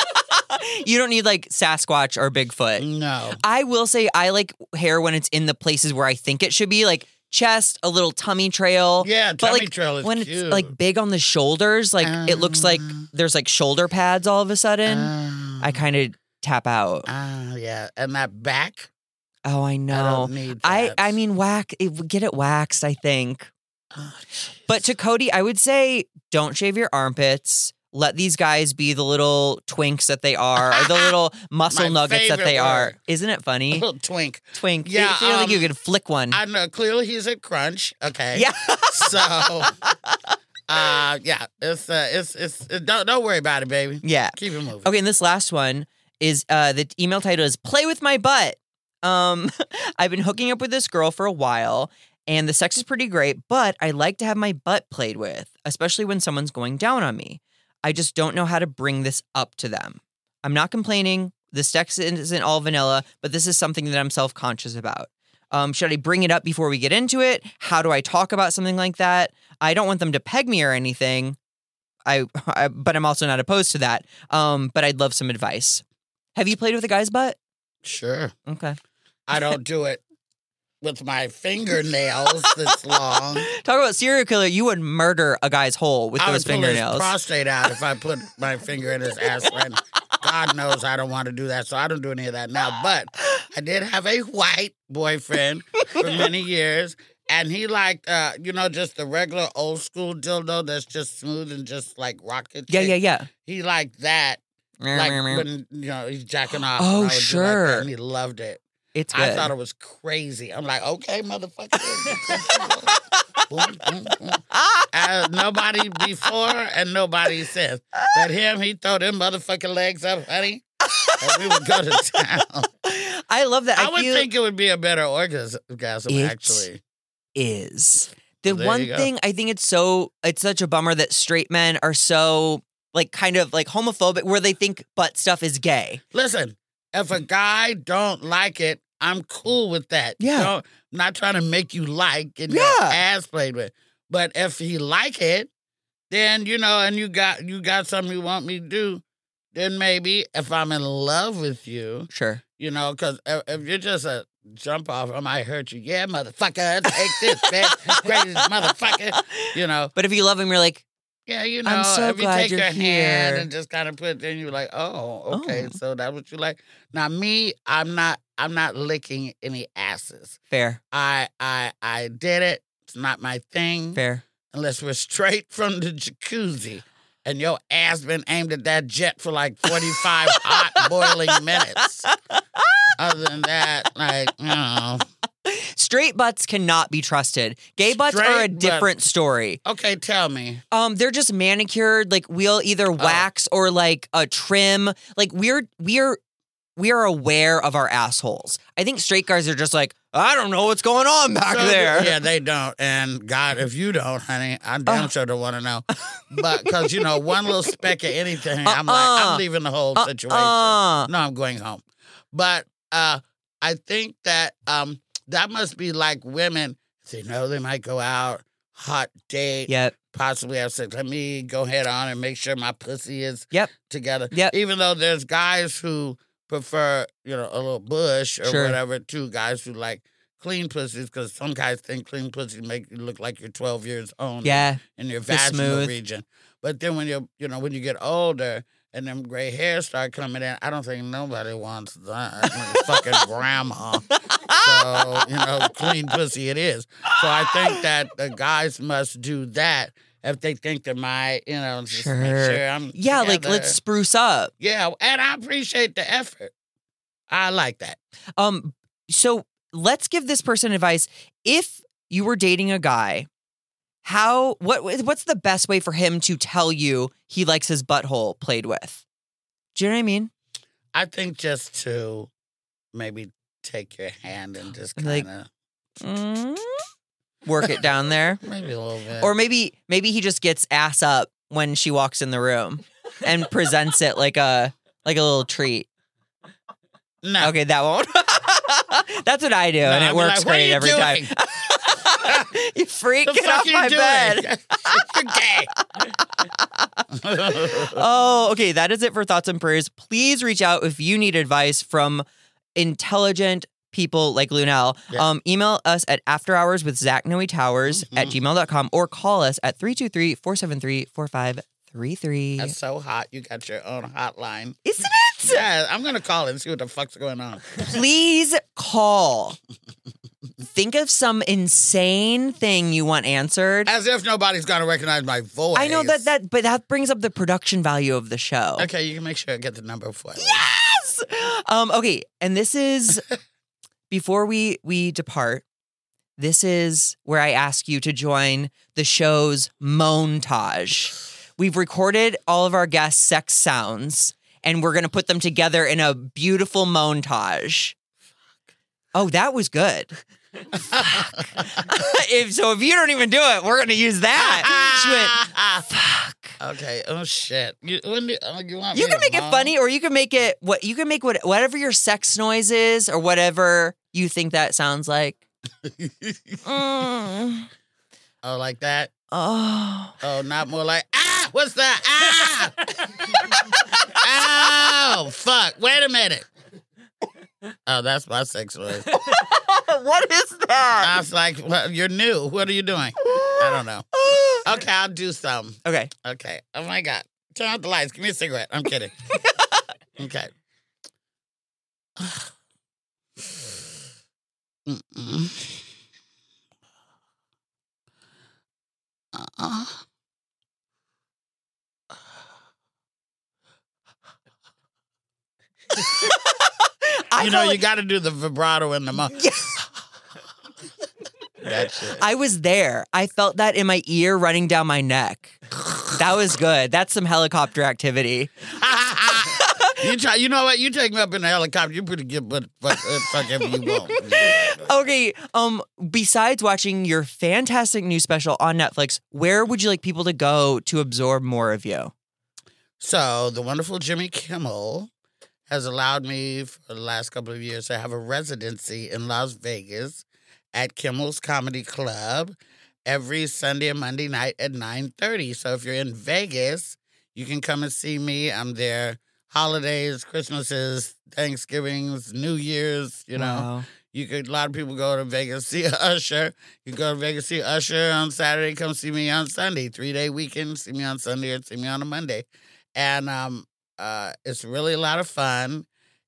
F: you don't need like Sasquatch or Bigfoot.
G: no.
F: I will say I like hair when it's in the places where I think it should be, like chest, a little tummy trail.
G: Yeah,
F: but
G: tummy
F: like
G: trail is
F: when
G: cute.
F: it's like big on the shoulders, like it looks like
G: Um,
F: there's like shoulder pads all of a sudden.
G: Ah,
F: I kind of tap out.
G: ah, yeah, and that back.
F: oh, I know.
G: I don't need.
F: I
G: that.
F: I mean whack it, get it waxed, I think.
G: Oh,
F: But to Cody, I would say don't shave your armpits. Let these guys be the little twinks that they are, or the little muscle
G: My
F: nuggets that
G: favorite
F: they are.
G: word.
F: Isn't it funny?
G: little twink.
F: Twink.
G: Yeah,
F: You feel like you
G: um,
F: could flick one.
G: I know. Clearly, he's at crunch. Okay.
F: yeah.
G: So, uh, yeah, it's uh, it's it's it, don't don't worry about it, baby.
F: Yeah.
G: Keep it moving.
F: Okay, and this last one is uh the email title is Play with My Butt. Um I've been hooking up with this girl for a while and the sex is pretty great, but I like to have my butt played with, especially when someone's going down on me. I just don't know how to bring this up to them. I'm not complaining. The sex isn't all vanilla, but this is something that I'm self-conscious about. Um, should I bring it up before we get into it? How do I talk about something like that? I don't want them to peg me or anything. I, I but I'm also not opposed to that. Um, but I'd love some advice. Have you played with a guy's butt?
G: Sure.
F: Okay.
G: I don't do it with my fingernails this long.
F: Talk about serial killer. You would murder a guy's hole with
G: I
F: those
G: would pull his
F: fingernails.
G: prostate out if I put my finger in his ass. And God knows I don't want to do that, so I don't do any of that now. But I did have a white boyfriend for many years, and he liked, uh, you know, just the regular old school dildo that's just smooth and just like rocket.
F: yeah,
G: shape.
F: yeah, yeah.
G: He liked that. like
F: Mm, mm, mm.
G: when you know he's jacking off.
F: Oh,
G: and I would do like that,
F: sure.
G: and he loved it.
F: it's good.
G: I thought it was crazy. I'm like, okay, motherfucker. Boom, boom, boom. Uh, nobody before and nobody since. But him, he throw them motherfucking legs up, honey. and we would go to town.
F: I love that.
G: I would
F: feel-
G: think it would be a better orgasm,
F: It's-
G: actually.
F: is. The
G: There you
F: one
G: go.
F: thing I think it's so it's such a bummer that straight men are so like kind of like homophobic where they think butt stuff is gay.
G: Listen, if a guy don't like it, I'm cool with that.
F: Yeah.
G: Don't, I'm not trying to make you like and
F: Yeah.
G: your ass played with. But if he like it, then you know, and you got you got something you want me to do, then maybe if I'm in love with you,
F: Sure.
G: you know, because if, if you're just a jump off, I might hurt you. Yeah, motherfucker, take this, bitch, greatest motherfucker. You know,
F: But if you love him, you're like,
G: yeah, you know,
F: I'm so
G: if you
F: glad
G: take
F: you're
G: your hand
F: here.
G: and just kind of put it in, you're like, oh, okay,
F: Oh.
G: so that's what you like. Now me, I'm not, I'm not licking any asses.
F: fair,
G: I, I, I did it. It's not my thing
F: fair.
G: unless we're straight from the jacuzzi. And your ass been aimed at that jet for like 45 hot boiling minutes. Other than that, like, you know.
F: Straight butts cannot be trusted. Gay butts are a
G: Straight butts.
F: different story.
G: Okay, tell me.
F: Um, they're just manicured. Like we'll either
G: Oh.
F: wax or like a trim. Like we're we're we are aware of our assholes. I think straight guys are just like, I don't know what's going on back
G: So,
F: there.
G: Yeah, they don't. And God, if you don't, honey, I
F: Uh.
G: damn sure don't want to know. But because you know, one little speck of anything, I'm like,
F: Uh-uh.
G: I'm leaving the whole
F: Uh-uh.
G: situation. No, I'm going home. But uh, I think that um, that must be like women. They know they might go out, hot date,
F: Yep.
G: possibly have sex. Let me go head on and make sure my pussy is
F: Yep.
G: together.
F: Yep.
G: Even though there's guys who prefer, you know, a little bush or
F: Sure.
G: whatever to guys who like clean pussies because some guys think clean pussy make you look like you're 12 years old
F: Yeah.
G: in your
F: the
G: vaginal
F: smooth.
G: region. But then when you're, you know, when you get older and them gray hairs start coming in, I don't think nobody wants that. I mean, fucking grandma. So, you know, clean pussy it is. So I think that the guys must do that if they think that my, you know, just make
F: Sure.
G: sure I'm
F: Yeah, like
G: together.
F: let's spruce up.
G: Yeah, and I appreciate the effort. I like that.
F: Um so let's give this person advice. If you were dating a guy, how what what's the best way for him to tell you he likes his butthole played with? Do you know what I mean?
G: I think just to maybe take your hand and just
F: Like-
G: kind of
F: Mm-hmm. Work it down there.
G: maybe a little bit.
F: Or maybe maybe he just gets ass up when she walks in the room and presents it like a like a little treat.
G: no.
F: Okay, that won't. That's what I do,
G: No,
F: and it
G: I'm
F: works
G: like, "What are
F: great
G: you
F: every time.
G: doing?
F: you freak,
G: The
F: get
G: fuck
F: off
G: you
F: my
G: doing?
F: bed. oh, okay. That is it for thoughts and prayers. Please reach out if you need advice from intelligent people like Lunel.
G: Yeah. Mm-hmm.
F: Um, email us at afterhours with Zach Noe Towers at gmail.com or call us at 323 473 4533.
G: That's so hot. You got your own hotline.
F: Isn't it?
G: Yeah, I'm gonna call and see what the fuck's going on.
F: Please call. Think of some insane thing you want answered.
G: As if nobody's gonna recognize my voice.
F: I know that that but that brings up the production value of the show.
G: Okay, you can make sure I get the number for it.
F: Um okay, and this is before we we depart. This is where I ask you to join the show's montage. We've recorded all of our guests' sex sounds and we're going to put them together in a beautiful montage. Oh, that was good. if so, if you don't even do it, we're gonna use that.
G: Okay. Oh shit. You, when do, oh, you want
F: She went, you
G: me
F: can
G: to
F: make it
G: moan?
F: funny, or you can make it what you can make what whatever your sex noise is, or whatever you think that sounds like. Mm.
G: Oh, like that.
F: Oh,
G: Oh, not more like ah. What's that? Ah. oh fuck. Wait a minute. Oh, that's my sex voice.
F: what is that?
G: I was like, well, you're new. What are you doing? I don't know. Okay, I'll do some.
F: Uh, Okay,
G: Okay. Oh my God. Turn out the lights. Give me a cigarette. I'm kidding. okay. Mm-mm. Uh-uh.
F: I
G: You know,
F: felt
G: you got to do the vibrato in the mouth. that shit.
F: I was there. I felt that in my ear running down my neck. That was good. That's some helicopter activity.
G: You try. You know what? You take me up in a helicopter. You pretty good, but fuck, uh, fuck if you want.
F: Okay. Um. Besides watching your fantastic new special on Netflix, where would you like people to go to absorb more of you?
G: So the wonderful Jimmy Kimmel has allowed me for the last couple of years to have a residency in Las Vegas at Kimmel's Comedy Club every Sunday and Monday night at 9:30. So if you're in Vegas, you can come and see me. I'm there holidays, Christmases, Thanksgivings, New Year's, you know.
F: Wow.
G: You could a lot of people go to Vegas see Usher. You go to Vegas see Usher on Saturday, come see me on Sunday. Three day weekend, see me on Sunday or see me on a Monday. And um uh it's really a lot of fun.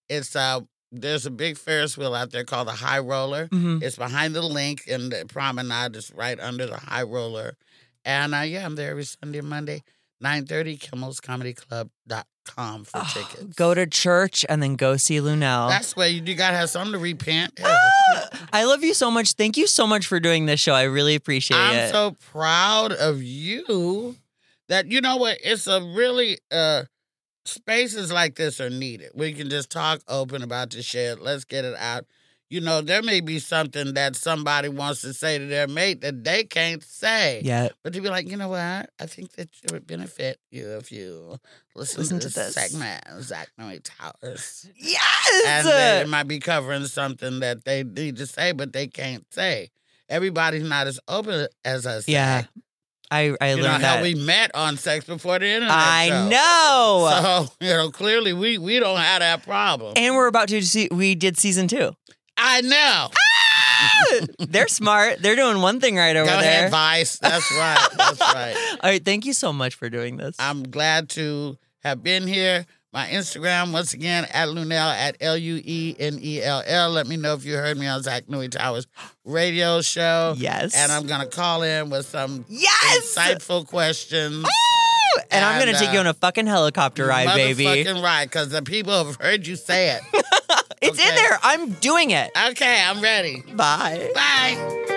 G: It's uh there's a big Ferris wheel out there called the High Roller.
F: Mhm.
G: It's behind the link and the promenade is right under the High Roller. And uh yeah, I'm there every Sunday and Monday, 9:30, kimmelscomedyclub.com for
F: Oh,
G: tickets.
F: Go to church and then go see Lunel.
G: That's where you, you gotta have something to repent.
F: I love you so much. Thank you so much for doing this show. I really appreciate
G: I'm
F: it.
G: so proud of you that you know what it's a really uh spaces like this are needed. We can just talk open about the shit. Let's get it out. You know, there may be something that somebody wants to say to their mate that they can't say.
F: yeah.
G: But to be like, you know what? I think that it would benefit you if you listen,
F: Listen
G: to,
F: to
G: this,
F: this.
G: segment of Zach Noy Towers. and they,
F: Yes.
G: it might be covering something that they need to say, but they can't say. Everybody's not as open as us.
F: Yeah.
G: Zach.
F: I I
G: you know
F: learned
G: how
F: that.
G: we met on Sex Before the Internet.
F: I
G: show.
F: know.
G: So you know, clearly we we don't have that problem.
F: and we're about to see. We did season two.
G: I know.
F: They're smart. They're doing one thing right over
G: Go
F: there.
G: ahead, Vice. That's right. That's right.
F: All right. Thank you so much for doing this.
G: I'm glad to have been here. My Instagram, once again, at Lunel, at L U E N E L L. Let me know if you heard me on Zach Nui Towers radio show.
F: yes.
G: And I'm going to call in with some
F: Yes.
G: insightful questions.
F: Woo! And, I'm gonna
G: And,
F: take you
G: uh,
F: on a fucking helicopter ride, baby.
G: Motherfucking right, because the people have heard you say it.
F: It's in
G: okay.
F: there. I'm doing it.
G: okay, I'm ready.
F: Bye.
G: Bye.